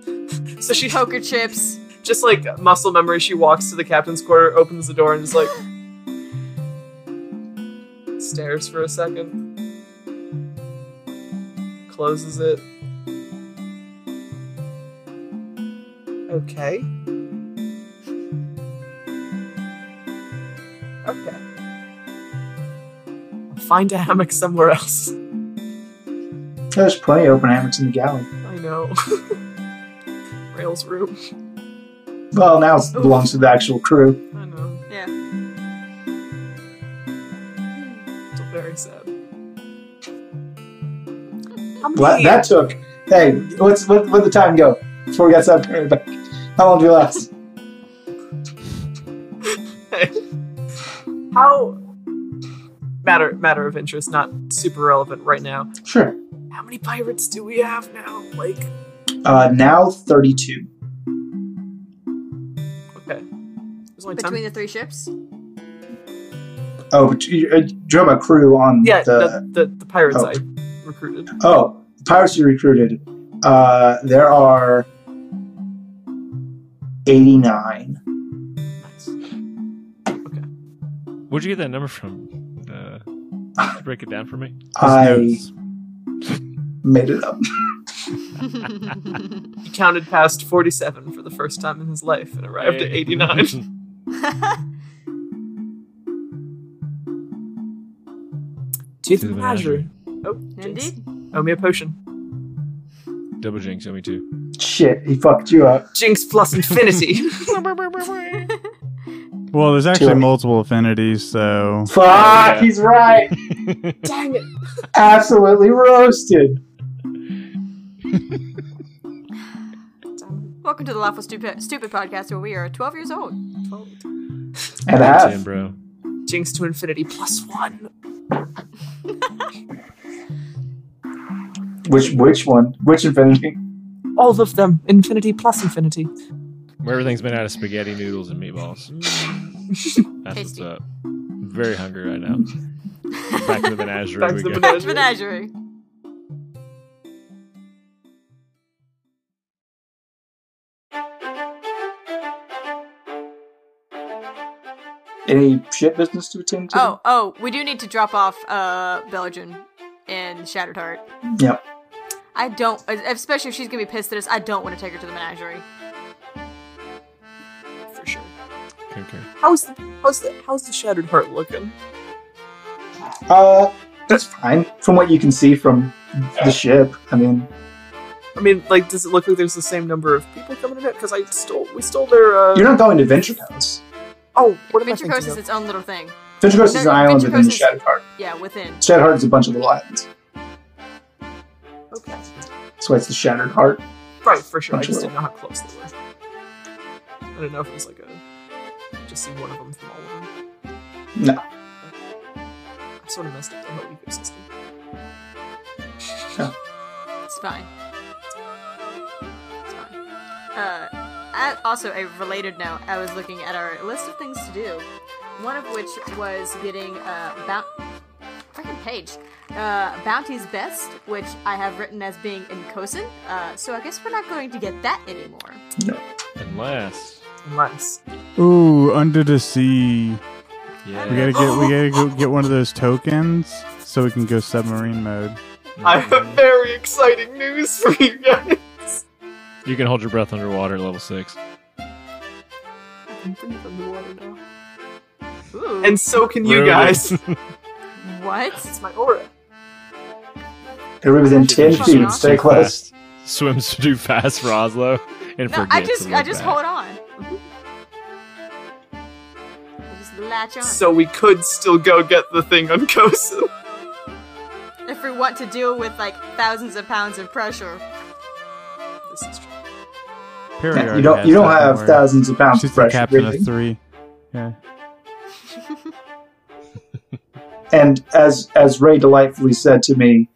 B: So
D: Some
B: she
D: poker chips.
B: just like muscle memory, she walks to the captain's quarter, opens the door, and is like stares for a second, closes it. Okay. Okay. I'll Find a hammock somewhere else.
A: There's plenty of open hammocks in the galley.
B: I know. <laughs> Rails room.
A: Well, now it belongs to the actual crew.
B: I know.
D: Yeah.
B: It's very sad. How many,
A: Well, that took. Hey, let's let, let the time go before we got that period back. How long do you last?
B: how matter matter of interest, not super relevant right now.
A: Sure.
B: How many pirates do we have now? Like,
A: Uh, now 32.
B: okay, there's only
D: between
B: ten.
D: the three ships.
A: Oh, but you, uh, you have a crew on
B: Yeah,
A: the.
B: the, the, the pirates
A: Oh.
B: I recruited.
A: Oh, pirates you recruited. Uh, there are 89.
B: Nice.
F: Where'd you get that number from? Uh, could you break it down for me.
A: I made it up.
B: He counted past forty-seven for the first time in his life and arrived at
F: Hey.
B: eighty-nine.
F: <laughs>
B: To
F: the
B: the
F: menagerie.
B: menagerie. Oh, jinx.
D: Indeed.
B: Owe me a potion.
F: Double jinx on me too.
A: Shit, he fucked you up.
B: Jinx
A: <laughs>
B: plus infinity.
D: <laughs>
E: Well, there's actually
A: Two.
E: multiple affinities, so
A: Fuck,
F: Yeah.
A: he's right.
B: Dang it.
A: Absolutely roasted.
B: Damn
D: Welcome to the Lawful Stupid, Stupid podcast, where we are 12 years old.
B: it. Twelve.
A: And a
F: Damn,
A: half.
F: bro.
B: Jinx to infinity plus one.
A: Which which one? Which infinity?
B: All of them. Infinity plus infinity.
F: Where everything's made out of spaghetti noodles and meatballs.
B: Mm.
F: That's what's
D: Tasty.
F: up. I'm very hungry right now. Back to
B: <laughs>
F: the menagerie
B: Back to
F: we
B: the
F: go.
B: menagerie.
D: Menagerie.
A: Any shit business to attend to?
D: Oh, oh, we do need to drop off uh, Belgian and Shattered Heart.
A: Yep.
D: I don't, especially if she's gonna be pissed at us, I don't want to take her to the menagerie.
B: For sure.
F: Concur.
B: How's the how's the how's the shattered heart looking?
A: Uh, that's fine. From what you can see from the ship, I mean,
B: I mean, like, does it look like there's the same number of people coming in it? Because I stole we stole their. Uh...
A: you're not going to Venture Coast.
B: Oh, what am I
D: Venture Coast
B: thinking
D: is
B: of?
D: its own little thing.
A: Venture Coast
D: No,
A: is an island
D: Venture
A: within the
D: Coast is-
A: Shattered Heart.
D: Yeah, within.
A: Shattered Heart is a bunch of little islands.
B: Okay,
A: That's why it's the Shattered Heart.
B: right for sure. I
A: Bunch of
B: just didn't know how close they were. I don't know if it was like a just see one of them from all of them.
A: No.
B: I sort of messed up the whole ecosystem.
D: It's fine. It's fine. Uh, I, also, a related note, I was looking at our list of things to do, one of which was getting uh, bound. Freaking page. Uh, Bounty's Best, which I have written as being in Kosin, uh, so I guess we're not going to get that anymore.
F: Unless.
B: Nice.
E: Ooh, under the sea.
F: Yeah.
E: We gotta get we gotta go get one of those tokens so we can go submarine mode.
B: I have very exciting news for you guys.
F: You can hold your breath underwater at level six.
B: I can breathe underwater now.
D: Ooh.
B: And so can you
F: Really? <laughs>
B: guys.
D: what?
B: it's my aura.
A: They're within 10
D: Hold
A: feet.
D: on.
A: Stay close.
F: Swims <laughs> too fast for Oslo and
D: No,
F: forgets.
D: I just,
F: to
D: I
F: look
D: just
F: back.
D: hold on. I just latch on.
B: So we could still go get the thing on Kosin.
D: if we want to deal with like thousands of pounds of pressure,
B: This is true.
E: Perry
A: You
E: already
A: don't,
E: has
A: you don't
E: that,
A: have
E: worry.
A: thousands of pounds
E: She's
A: of
E: the
A: pressure.
E: captain
A: really.
E: of three. Yeah.
A: And as as Ray delightfully said to me,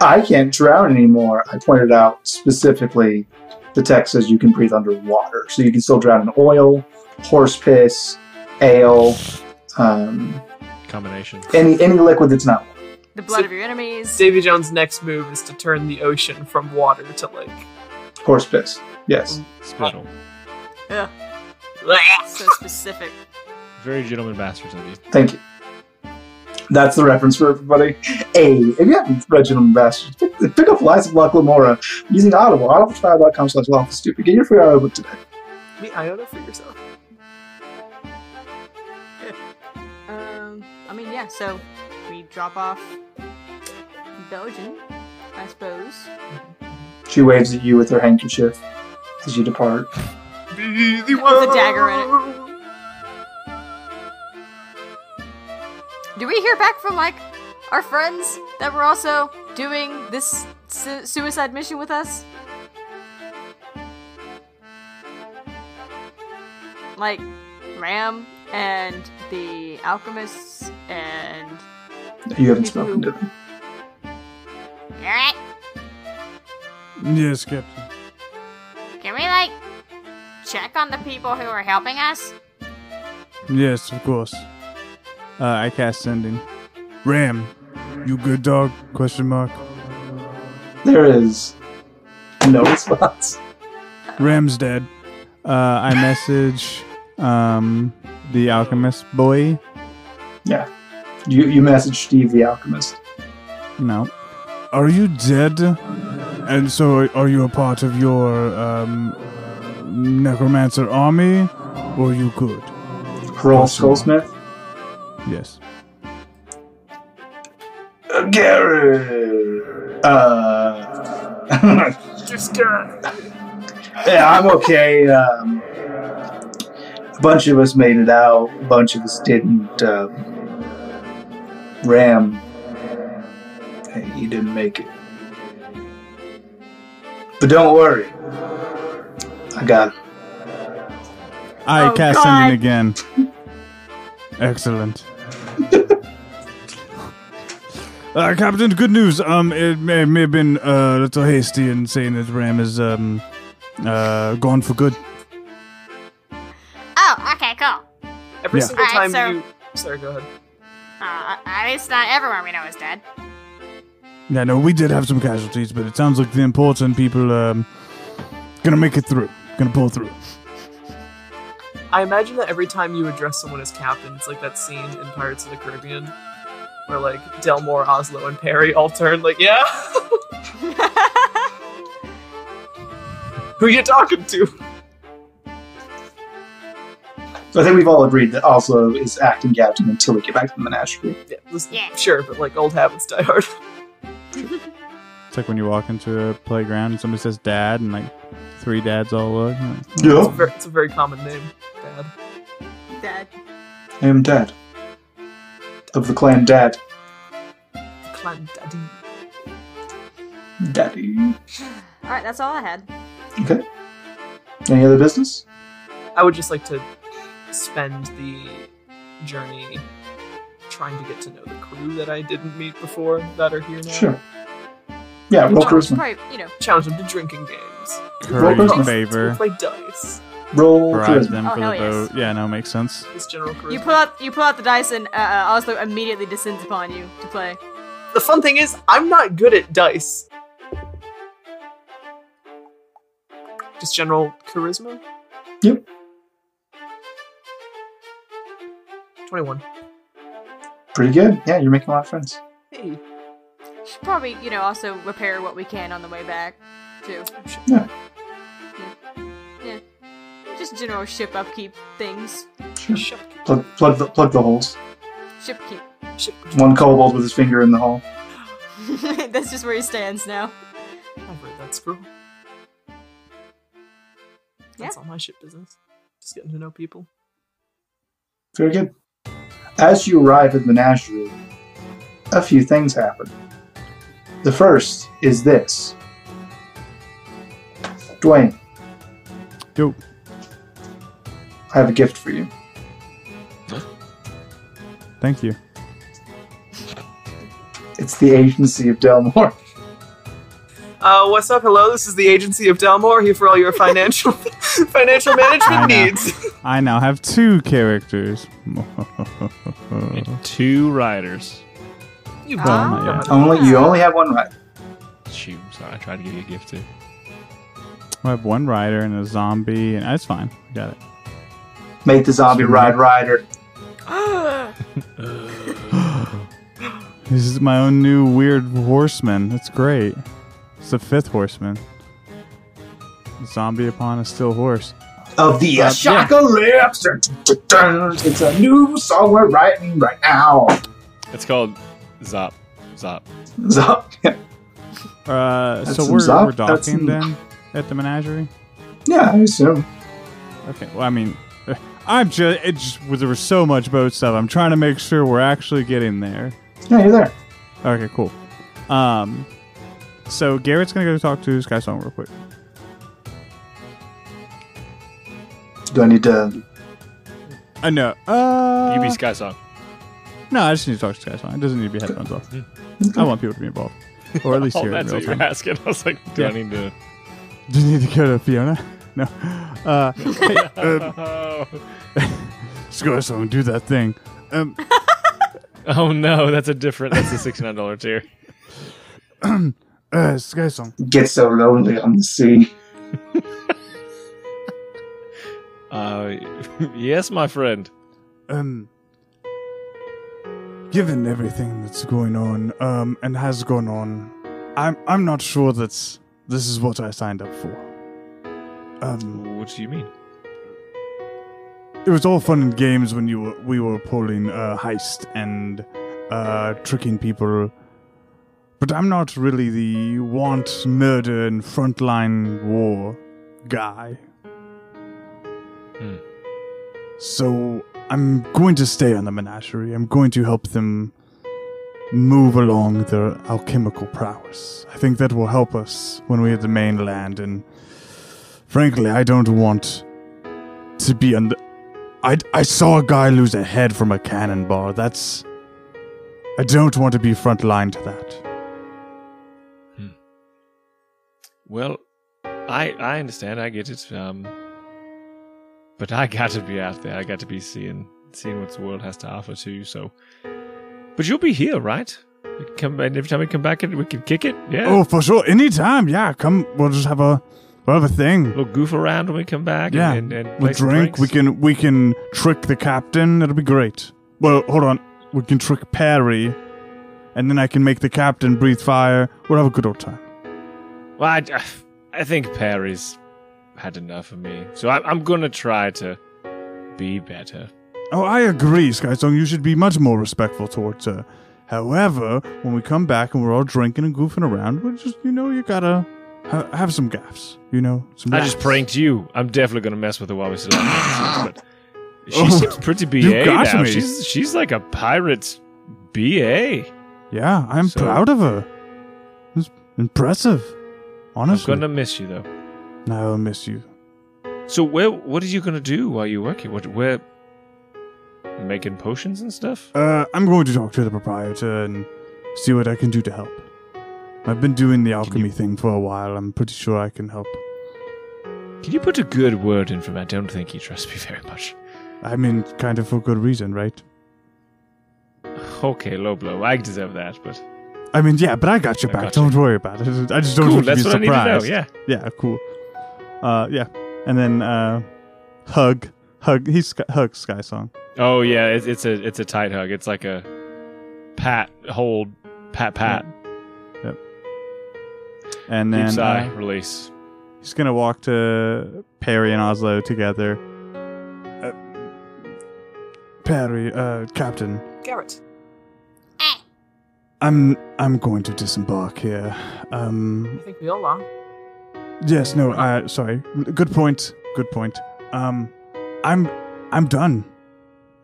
A: I can't drown anymore. I pointed out specifically the text says you can breathe underwater, so you can still drown in oil, horse piss, ale, um,
F: Combination.
A: any any liquid that's not. water.
D: the blood
B: So-
D: of your enemies.
B: Davy Jones' next move is to turn the ocean from water to like.
A: Horse piss. Yes.
F: Special.
D: so specific.
F: Very gentleman bastards of you.
A: Thank you. That's the reference for everybody. Hey, if you haven't read Gentleman Bastards, pick, pick up Lies of Loch Lamora using Audible, audibletrial.com slash lawful stupid. Get your free audiobook today.
B: Be Iona for yourself.
D: Um, I mean, yeah. So we drop off Belgian, I suppose.
A: She waves at you with her handkerchief as you depart.
B: Be the
D: With a dagger in it.
B: one.
D: Do we hear back from like our friends that were also doing this su- suicide mission with us? Like Ram and the alchemists and
A: You haven't spoken to them.
D: all right.
E: Yes, Captain.
D: Can we like check on the people who are helping us?
E: Yes, of course. Uh, I cast sending. Ram, you good dog? Question mark.
A: There is no response.
E: Ram's dead. Uh, I message um, the alchemist boy.
A: Yeah. You you message Steve the alchemist.
E: No. Are you dead? And so are you a part of your um, necromancer army? Or are you good?
A: Kroll Skullsmith.
E: Yes.
A: Uh, Gary. Uh.
B: <laughs> Just gonna-
A: yeah, I'm okay. Um, a bunch of us made it out. A bunch of us didn't. Um, Ram. Hey, he didn't make it. But don't worry. I got him.
E: I
D: Oh,
E: cast
D: God.
E: sending again.
D: <laughs>
E: Excellent. uh, Captain, good news. Um, it may, may have been uh, a little hasty in saying that Ram is um, uh, gone for good.
D: Oh, okay, cool.
B: Every
E: Yeah.
B: single time
D: Alright, so-
B: you. Sorry, go ahead.
D: Uh, at least not everyone we know is dead.
E: Yeah, no, we did have some casualties, but it sounds like the important people um, gonna make it through, gonna pull through.
B: I imagine that every time you address someone as captain, it's like that scene in Pirates of the Caribbean where like Delmore, Oslo, and Perry all turn like, yeah. <laughs> Who you talking to?
A: So I think we've all agreed that Oslo is acting captain until we get back to the menagerie.
B: Yeah, listen,
D: Yeah.
B: sure, but like old habits die hard. <laughs>
E: It's like when you walk into a playground and somebody says "dad" and like three dads all look. and like,
B: It's a, very, it's a very common name, Dad.
D: Dead.
A: I am dad. Of the clan dad.
B: Clan Daddy.
A: Daddy.
D: All right, that's all I had.
A: Okay. Any other business?
B: I would just like to spend the journey trying to get to know the crew that I didn't meet before that are here now.
A: Sure. Yeah, roll
D: Well, we should
A: charisma.
D: Oh, probably, you know,
B: Challenge them to drinking games.
E: Curry
A: charisma.
E: favor,
B: Play dice.
A: Roll
E: bribe
A: charisma.
E: them
D: Oh,
E: for the
D: hell yes.
E: vote. Yeah, no, makes sense.
B: This general charisma.
D: you pull out you pull out the dice and uh, uh, Oslo immediately descends upon you to play.
B: The fun thing is, I'm not good at dice. Just general charisma?
A: Yep.
B: 21.
A: Pretty good. Yeah, you're making a lot of friends.
B: Hey.
D: Should probably, you know, also repair what we can on the way back, too.
A: Yeah.
D: Yeah. Just general ship upkeep things.
A: Sure.
B: Ship.
A: Plug, plug, the, plug the holes.
D: Ship keep. <laughs>
B: Ship.
A: One kobold with his finger in the hole.
D: That's just where he stands now.
B: I've read that scroll. That's all my ship business. Just getting to know people.
A: Very good. As you arrive at the menagerie, a few things happen. The first is this Dwayne,
E: Yo,
A: I have a gift for you.
E: thank you.
A: It's the agency of Delmore. <laughs>
B: Uh, what's up? Hello, this is the agency of Delmore here for all your
E: <laughs>
B: financial financial
E: I
B: management
E: know. <laughs>
B: needs.
E: I now have two characters. <laughs>
F: And two riders.
B: You
D: Ah.
E: Yeah.
A: Only You only have one right.
F: Shoot, sorry, I tried to give you a gift too.
E: I have one rider and a zombie, and that's fine. Got it.
A: Make the zombie ride rider.
E: This is my own new weird horseman. That's great. It's the fifth horseman. Zombie upon a still horse.
A: of the
E: Uh, yeah.
A: apocalypse. It's a new song we're writing right now.
F: It's called Zop. Zop.
A: <laughs> So, yeah,
E: Uh,
A: That's
E: so
A: some
E: we're,
A: zop-
E: we're
A: that's
E: docking
A: some-
E: then at the menagerie.
A: yeah, I assume.
E: Okay. Well, I mean, <laughs> uh, I'm just it just well, there was so much boat stuff. I'm trying to make sure we're actually getting there.
A: Yeah, you're there.
E: Okay. Cool. Um. So Garrett's gonna go talk to Sky Song real quick.
A: Do I need to?
E: I know. Uh.
F: you be Sky Song.
E: No, I just need to talk to Sky Song. It doesn't need to be headphones off. I want people to be involved, or at least
F: Hmm. Oh,
E: here in
F: that's
E: real
F: what
E: time.
F: you're asking. <laughs> I was like, do
E: Yeah.
F: I need to?
E: Do you need to go to Fiona? No.
F: <laughs>
E: Uh, hey, um, Sky Song, do that thing. Um.
F: oh no, that's a different. That's a sixty-nine dollar tier.
E: Uh. Sky Song.
A: Get so lonely on the sea.
F: Uh, <laughs> yes, my friend.
E: um given everything that's going on um and has gone on i'm i'm not sure that's this is what i signed up for um
F: What do you mean?
E: it was all fun and games when you were, we were pulling uh heist and uh tricking people but i'm not really the want murder and frontline war guy
F: Hmm.
E: So I'm going to stay on the menagerie. I'm going to help them move along their alchemical prowess. I think that will help us when we hit the mainland. And frankly, I don't want to be on the. I, I saw a guy lose a head from a cannonball. That's. I don't want to be front line to that.
F: Well, I I understand. I get it. Um, but I got to be out there. I got to be seeing seeing what the world has to offer too. So, but you'll be here, right? We can come and every time we come back, we can kick it. Yeah.
E: Oh, for sure. Anytime. Yeah, come. We'll just have a. We'll have a thing.
F: We'll goof around when we come back.
E: Yeah,
F: and, and, and
E: we'll
F: play some
E: drink. We
F: drinks.
E: can we can trick the captain. It'll be great. Well, hold on. We can trick Perry, and then I can make the captain breathe fire. We'll have a good old time.
F: Well, I, I think Perry's had enough of me, so I, I'm gonna try to be better.
E: Oh, I agree, Skysong. You should be much more respectful towards her. However, when we come back and we're all drinking and goofing around, we just you know you gotta ha- have some gaffs. You know, some.
F: I just
E: laughs.
F: pranked you. I'm definitely gonna mess with her while we sit on. But she
E: Oh,
F: seems pretty BA
E: got
F: now.
E: me.
F: She's she's like a pirate's BA.
E: Yeah, I'm
F: So-
E: proud of her. It's impressive.
F: I'm
E: Honestly,
F: gonna miss you though.
E: I'll miss you.
F: So where what are you gonna do while you work here? What where making potions and stuff?
E: Uh, I'm going to talk to the proprietor and see what I can do to help. I've been doing the alchemy thing for a while. I'm pretty sure I can help.
F: Can you put a good word in for me? I don't think he trusts me very much.
E: I mean, kind of for good reason, right?
F: Okay, low blow. I deserve that, but
E: I mean, yeah, but I got your
F: I
E: back.
F: got
E: Don't worry about it. I just don't
F: cool.
E: want you to
F: That's
E: be
F: what
E: surprised.
F: I need to know. Yeah.
E: Yeah, cool. Uh, yeah, and then uh, hug, hug. He's got- hug Sky Song.
F: Oh yeah, it's, it's a it's a tight hug. It's like a pat hold, pat pat,
E: And
F: deep
E: then
F: sigh,
E: uh,
F: release.
E: he's gonna walk to Perry and Oslo together. Uh, Perry, uh, Captain,
B: Garrett.
D: Eh,
E: I'm I'm going to disembark here. Um,
B: I think we all are.
E: Yes, no, uh, sorry. Good point. Good point. Um, I'm, I'm done.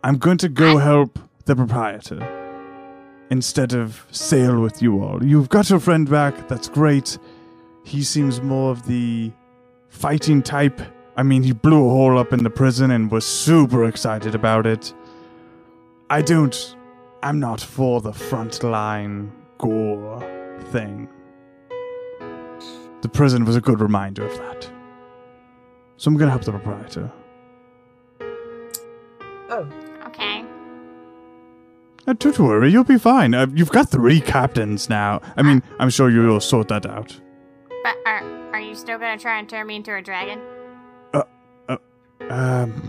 E: I'm going to go help the proprietor instead of sail with you all. You've got your friend back. That's great. He seems more of the fighting type. I mean, he blew a hole up in the prison and was super excited about it. I don't. I'm not for the front line gore thing. The prison was a good reminder of that. So I'm gonna help the proprietor.
B: Oh,
D: okay.
E: Uh, don't worry, you'll be fine. Uh, you've got three captains now. I mean, I'm sure you'll sort that out.
D: But are are you still gonna try and turn me into a dragon?
E: Um,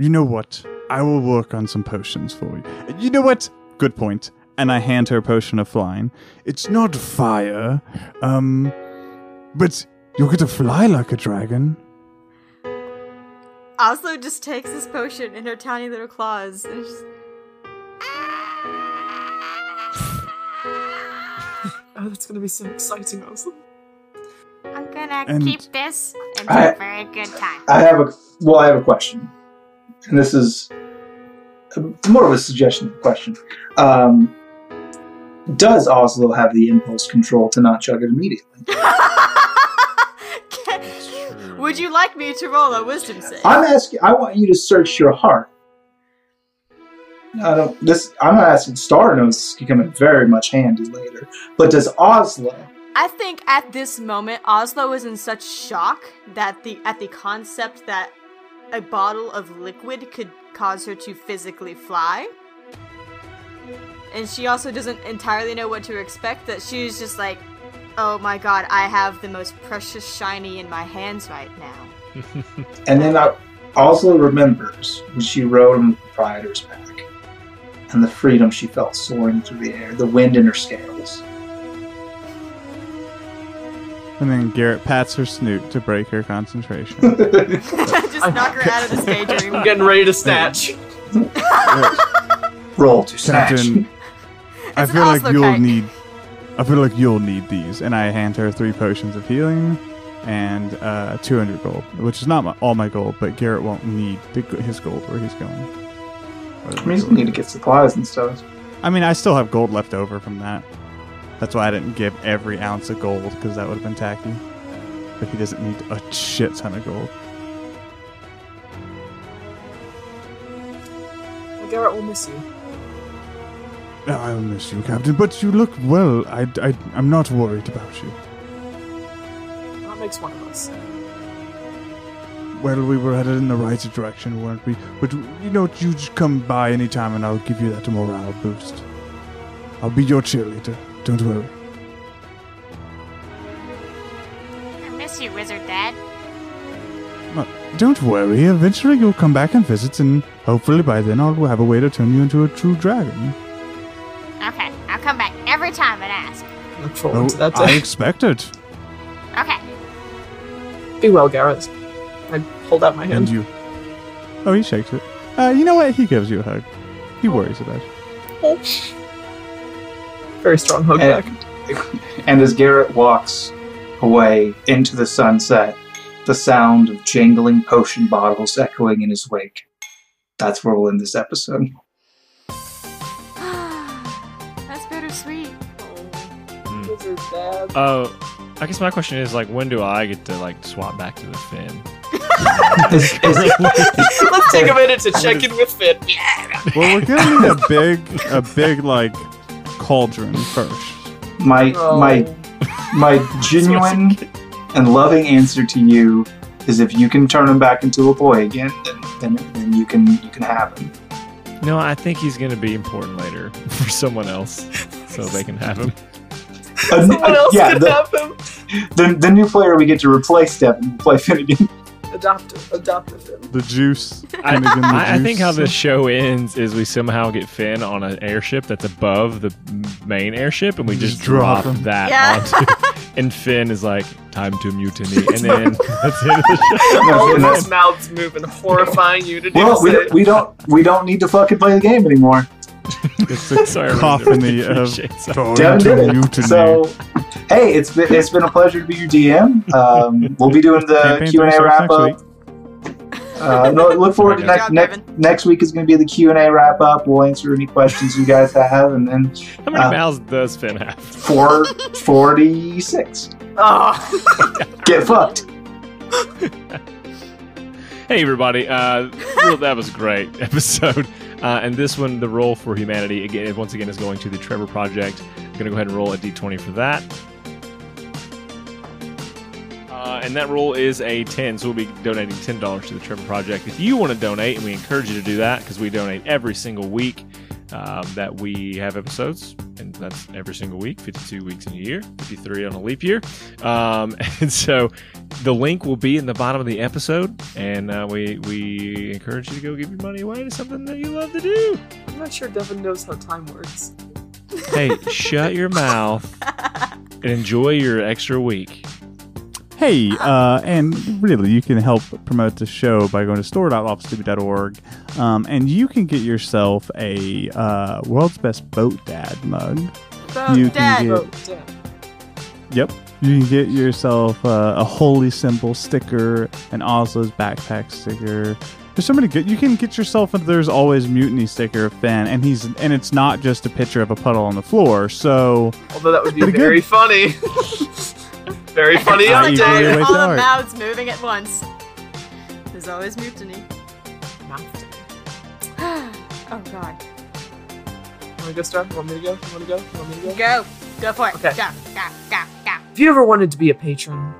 E: you know what? I will work on some potions for you. You know what? Good point. And I hand her a potion of flying. It's not fire, um, but you'll get to fly like a dragon.
G: Oslo just takes this potion in her tiny little claws and just
B: oh, that's gonna be so exciting, Oslo.
D: I'm gonna
E: And-
D: keep this and
A: I-
D: have a very good time.
A: I have a well, I have a question, and this is more of a suggestion than a question. Um, does Oslo have the impulse control to not chug it immediately?
G: <laughs> <laughs> Would you like me to roll a wisdom save?
A: I'm asking. I want you to search your heart. I don't. This. I'm not asking. Star knows this could come in very much handy later. But does Oslo?
G: I think at this moment Oslo is in such shock that the at the concept that a bottle of liquid could cause her to physically fly. And she also doesn't entirely know what to expect that she's just like, "Oh my god, I have the most precious shiny in my hands right now." <laughs>
A: And then I, Oslo remembers when she rode on the proprietor's back, and the freedom she felt soaring through the air, the wind in her scales.
E: And then Garrett pats her snoot to break her concentration.
G: just knock her out of the stage
B: I'm
G: room.
B: getting ready to snatch.
A: Roll to snatch.
G: <laughs>
E: Captain, I
G: It's an
E: feel like
G: Oslo
E: you'll
G: kite.
E: need. I feel like you'll need these, and I hand her three potions of healing and uh, 200 gold, which is not my, all my gold, but Garrett won't need the, g- his gold where he's going.
A: <laughs>
E: Or
A: I
E: the
A: mean, he's
E: gold.
A: gonna need to get supplies and stuff.
E: I mean, I still have gold left over from that. That's why I didn't give every ounce of gold because that would have been tacky. But he doesn't need a shit ton of gold.
B: Garrett will miss you.
E: "Oh, I'll miss you, Captain, but you look well. I, I, I'm not worried about you.
B: That makes one of us.
E: Well, we were headed in the right direction, weren't we? But you know, you just come by any time, and I'll give you that morale boost. I'll be your cheerleader. Don't worry.
D: I miss you, wizard dad.
E: Well, Don't worry. Eventually, you'll come back and visit, and hopefully by then, I'll have a way to turn you into a true dragon.
D: Okay, I'll come back every time and ask.
B: Look forward to that
E: Oh, I
B: day.
E: expect it.
D: Okay.
B: Be well, Garrett. I hold out my
E: And
B: hand.
E: you. Oh, he shakes it. Uh, you know what? He gives you a hug. He worries about you.
B: Very strong hug
A: And,
B: back.
A: <laughs> and as Garrett walks away into the sunset, the sound of jangling potion bottles echoing in his wake. That's where we'll end this episode.
G: <sighs> That's bittersweet.
B: Wizard dad.
F: Uh, I guess my question is like, when do I get to like swap back to the Finn?
A: Is- is-
B: <laughs> Let's take a minute to check in with Finn.
E: Well, we're gonna need a big, a big like cauldron first.
A: my
B: Oh.
A: my my genuine and loving answer to you is if you can turn him back into a boy again, then, then, then you can you can have him.
F: <laughs> No, I think he's gonna be important later for someone else, so they can have him.
A: Uh,
B: <laughs> Someone
A: uh,
B: else
A: yeah,
B: could
A: the,
B: have him.
A: the, the new player we get to replace Devin will play
B: <laughs>
A: Finnegan.
B: Adoptive, adoptive him.
E: The juice.
F: I,
E: Finnegan the
F: I- I think how
E: juice.
F: this show ends is we somehow get Finn on an airship that's above the main airship, and we just,
E: Just drop
F: drop,
E: him.
F: that
G: Yeah.
F: onto. And Finn is like, "Time to mutiny," and
E: <laughs>
F: then that's the end of the show.
B: All of his mouths moving, horrifying you to do
A: Well, we,
B: this.
A: we don't we don't need to fucking play the game anymore.
E: It's a
F: <laughs> Sorry,
E: cacophony
F: everyone.
E: of
F: Appreciate that.
E: going
A: Devin
E: to
A: did it.
E: mutiny.
A: So, hey, it's been it's been a pleasure to be your DM.
E: <laughs>
A: Um, we'll be doing the
E: Campaign
A: Q and A
E: three starts
A: wrap up.
E: next
A: Uh, no,
E: <laughs>
A: look forward to
F: Good
A: next
G: job,
A: next next week is going to be the Q and A wrap up. We'll answer any questions you guys have, and then
F: How many
A: Uh,
F: mouths does Finn
B: <laughs>
F: have?
A: four forty six.
B: Oh,
A: Get fucked.
F: Hey, everybody. Uh, well, that was a great <laughs> episode. Uh, and this one, the roll for humanity, again, once again, is going to the Trevor Project. I'm going to go ahead and roll a d20 for that. Uh, and that roll is a 10, so we'll be donating $10 to the Trevor Project. If you want to donate, and we encourage you to do that because we donate every single week um, that we have episodes, and that's every single week 52 weeks in a year, 53 on a leap year. Um, <laughs> and so the link will be in the bottom of the episode, and uh, we, we encourage you to go give your money away to something that you love to do.
B: I'm not sure Devin knows how time works.
F: Hey, shut your mouth and enjoy your extra week.
E: Hey, uh, and really, you can help promote the show by going to store.lobstupid.org, um, and you can get yourself a uh, world's best boat dad mug.
G: Boat
E: You can
G: dead.
E: get-
B: Oh, damn.
E: Yep. You can get yourself uh, a holy symbol sticker, an Oslo's backpack sticker. There's somebody good. You can get yourself a There's Always Mutiny sticker of Finn, and he's and it's not just a picture of a puddle on the floor. So
B: Although that would be
E: Pretty good.
B: very <laughs> funny. very funny
A: Ah,
E: I
G: All
E: easily
B: update.
E: wake
G: the
E: up.
G: mouths moving at once. There's always
B: <sighs>
G: mutiny. Oh god.
B: Want to go, Star? Want me to go? You want to go? You want me to go?
G: Go. Go for it.
B: Okay.
G: Go. Go. Go. Go.
B: If you ever wanted to be a patron,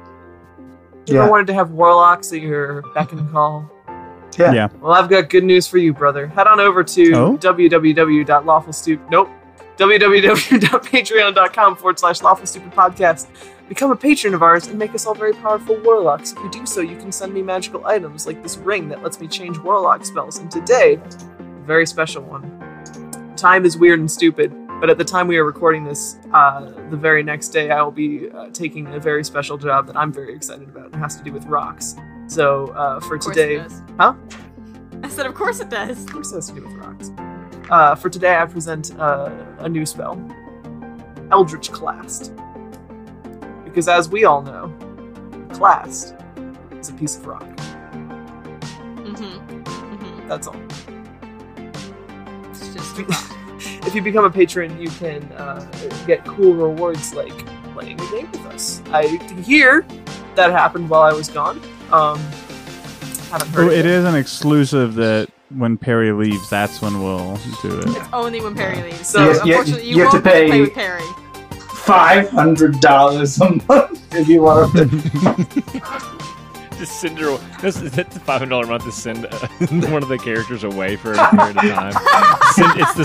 B: if you
A: Yeah.
B: ever wanted to have warlocks at your beck and call,
A: Yeah.
E: Yeah.
B: Well, I've got good news for you, brother. Head on over to
E: Oh?
B: www.lawfulstoop. Nope. www.patreon.com forward slash lawful stupid podcast. Become a patron of ours and make us all very powerful warlocks. If you do so, you can send me magical items like this ring that lets me change warlock spells. And today, a very special one. Time is weird and stupid, but at the time we are recording this, uh, the very next day, I will be uh, taking a very special job that I'm very excited about. It has to do with rocks. So uh, for
G: Of course
B: today,
G: it does.
B: Huh?
G: I said, of course it does.
B: of course it has to do with rocks. Uh, for today, I present uh, a new spell, Eldritch Clast. Because as we all know, Clast is a piece of rock.
G: Mm-hmm. Mm-hmm.
B: That's all.
G: It's just a rock.
B: If you become a patron, you can uh, get cool rewards like playing a game with us. I hear that happened while I was gone. Um, haven't heard
E: oh, it
B: yet.
E: is an exclusive that when Perry leaves, that's when we'll do it.
G: It's only when Perry leaves. So
B: Yeah,
A: yeah,
G: unfortunately, you,
A: you have to
G: won't get to
A: pay-
G: play with Perry.
A: Five hundred dollars a month if you want to.
F: Just send her. That's, that's a five hundred dollar a month to send uh, <laughs> one of the characters away for a period of time. Send- it's the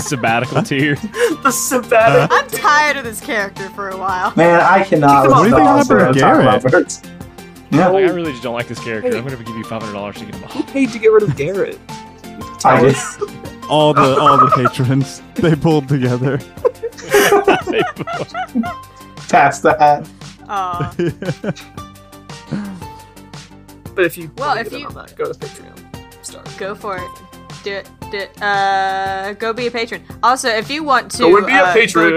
B: <laughs>
F: sabbatical tier.
B: the Sabbatic.
E: Uh-huh.
G: I'm tired of this character for a while.
A: Man, I cannot.
B: What
E: do you think
A: with the
E: happened to
A: Oslo
E: Garrett?
A: Tom Roberts. Yeah,
F: Like, I really just don't like this character.
B: Hey.
F: I'm going to give you five hundred dollars to get
B: <laughs>
F: him
B: Who
F: off. <laughs>
B: paid to get rid of Garrett?
A: I did.
E: All the all the patrons <laughs> they pulled together.
A: Pass the hat.
B: <laughs>
G: Oh.
B: But if you
G: Well,
B: wanna
G: if
B: get in
G: you-
B: on that, go to Patreon. Start.
G: Go for it. Do it. Do it. Uh, go be a patron. Also, if you want to
B: Go and be
G: uh,
B: a
G: go
B: patron.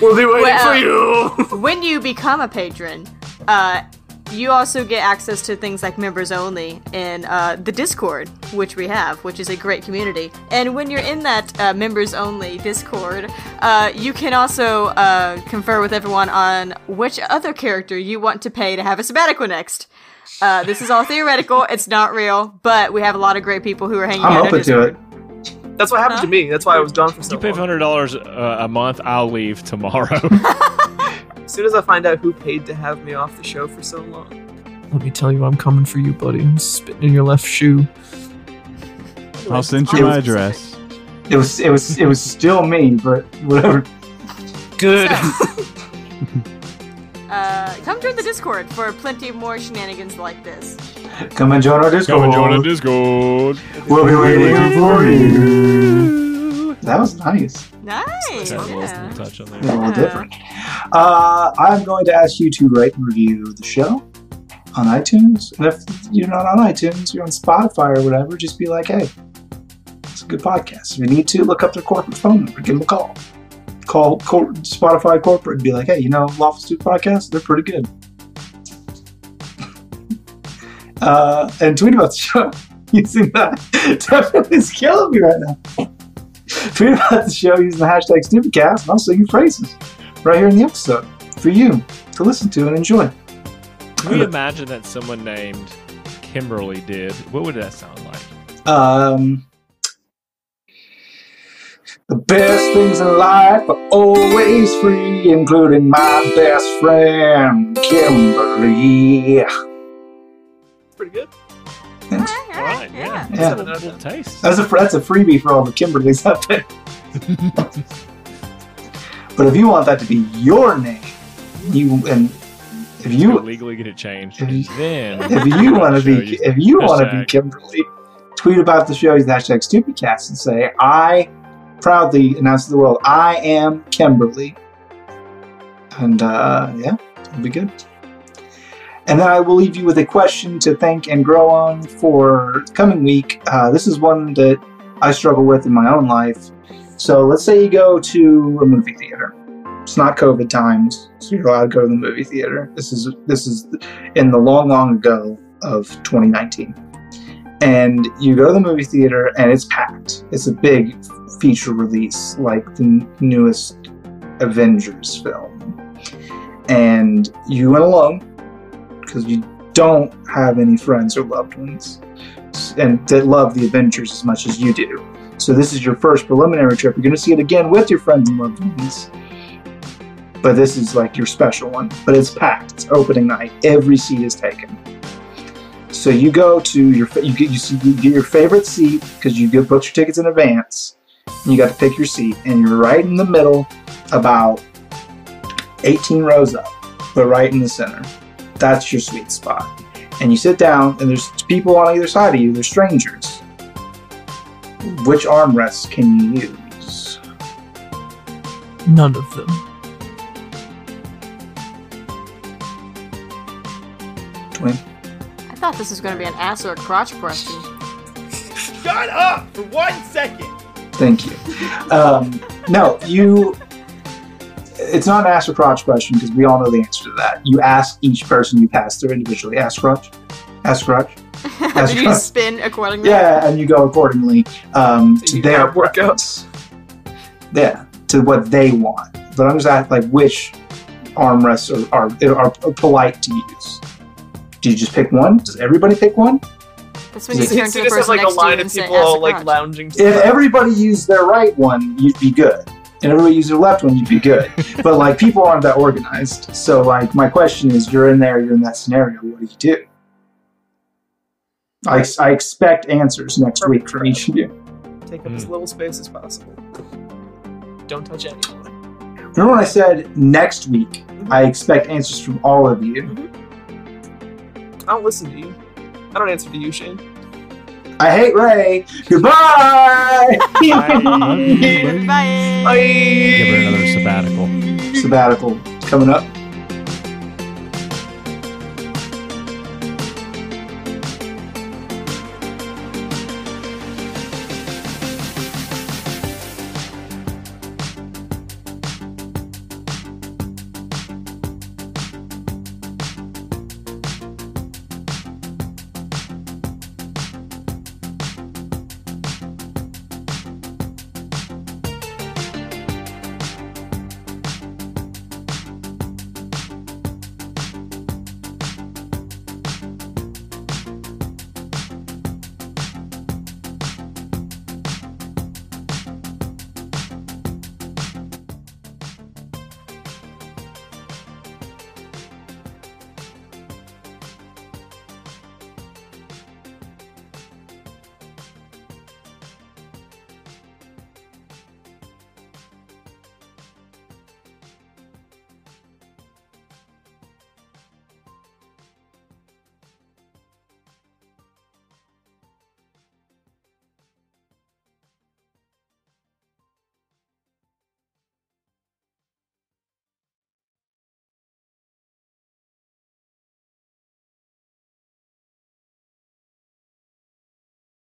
B: <laughs> we'll be waiting
G: <laughs> Well-
B: for you.
G: when you become a patron, uh, you also get access to things like members only and uh, the Discord, which we have, which is a great community. And when you're in that uh, members only Discord, uh, you can also uh, confer with everyone on which other character you want to pay to have a sabbatical next. Uh, this is all theoretical; it's not real, but we have a lot of great people who are hanging out.
A: I'm
G: in
A: open to
G: Discord.
A: it.
B: That's what happened to me. That's why I was gone for so
F: You pay five
B: long.
F: hundred dollars uh, a month. I'll leave tomorrow.
B: As soon as I find out who paid to have me off the show for so long, let me tell you, I'm coming for you, buddy. I'm spitting in your left shoe.
E: I'll send you my address.
F: <laughs>
A: It was it was it was still me, but whatever.
B: Good.
G: Uh, come join the Discord for plenty more shenanigans like this.
A: Come and join our Discord.
F: Discord.
A: We'll be waiting for you. That was nice.
G: Nice.
F: Got a little-
G: yeah.
F: little touch on
A: A
F: there.
A: little
G: Yeah.
A: different. Uh, I'm going to ask you to rate and review the show on iTunes. And if you're not on iTunes, you're on Spotify or whatever, just be like, hey, it's a good podcast. If you need to, look up their corporate phone number, give them a call. Call cor- Spotify corporate and be like, hey, you know, Lawful Stupid Podcast, they're pretty good. <laughs> uh, and tweet about the show <laughs> using that. <laughs> Definitely is killing me right now. <laughs> Tweet about the show using the hashtag StupidCast, and I'll sing your praises right here in the episode for you to listen to and enjoy.
F: Can we imagine that someone named Kimberly did? What would that sound like?
A: Um, the best things in life are always free, including my best friend, Kimberly.
B: Pretty good.
F: All right,
A: Yeah.
F: yeah. Let's have a little taste.
A: That's a, that's a freebie for all the Kimberlys out there. <laughs> but if you want that to be your name, you and if
F: You
A: you
F: legally get it changed.
A: If you-
F: Then <laughs>
A: if you want to be
F: Show you-
A: if you want to be
F: Hashtag.
A: Kimberly, tweet about the show. Use the hashtag StupidCast and say I proudly announce to the world I am Kimberly. And uh, yeah, it'll be good. And then I will leave you with a question to think and grow on for the coming week. Uh, this is one that I struggle with in my own life. So let's say you go to a movie theater. It's not COVID times, so you're allowed to go to the movie theater. This is this is in the long, long ago of 2019. And you go to the movie theater and it's packed. It's a big feature release, like the n- newest Avengers film. And you went alone because you don't have any friends or loved ones s- and that love the Avengers as much as you do. So this is your first preliminary trip. You're going to see it again with your friends and loved ones but this is like your special one. But it's packed. It's opening night. Every seat is taken. So you go to your fa- you get you, see, you get your favorite seat because you get booked your tickets in advance. And you got to pick your seat, and you're right in the middle, about 18 rows up, but right in the center. That's your sweet spot. And you sit down, and there's people on either side of you. They're strangers. Which armrests can you use?
B: None of them.
A: Twin.
G: I thought this was going to be an ass or a crotch question.
H: <laughs> Shut up for one second.
A: Thank you. Um, no, you. It's not an ask or crotch question because we all know the answer to that. You ask each person you pass through individually. Ask crotch, ask crotch, ask
G: Did you
A: crotch.
G: spin accordingly?
A: Yeah, and you go accordingly um,
B: So
A: to
B: you
A: their
B: have workouts.
A: Yeah, to what they want. But I'm just asking, like, which armrests are, are are polite to use? Do you just pick one? Does everybody pick one?
G: That's when you
A: See,
G: turn to
H: See,
G: the
H: this is
G: person
H: like a
G: next to you
H: line
G: and
H: of
G: say,
H: people
G: ass
H: all
G: or
H: like
G: crotch.
H: lounging.
A: If
H: together.
A: everybody used their right one, you'd be good. And everybody used their left one, you'd be good. but like people aren't that organized. So like my question is, you're in there, you're in that scenario. What do you do? I, ex- I expect answers next week from each of you.
B: Take up as
F: Hmm.
B: little space as possible.
H: Don't touch anyone.
A: Remember when I said next week? I expect answers from all of you.
B: I don't listen to you. I don't answer to you, Shane.
A: I hate Ray. Goodbye.
F: Bye.
G: Bye.
F: Give her another sabbatical.
A: Sabbatical coming up.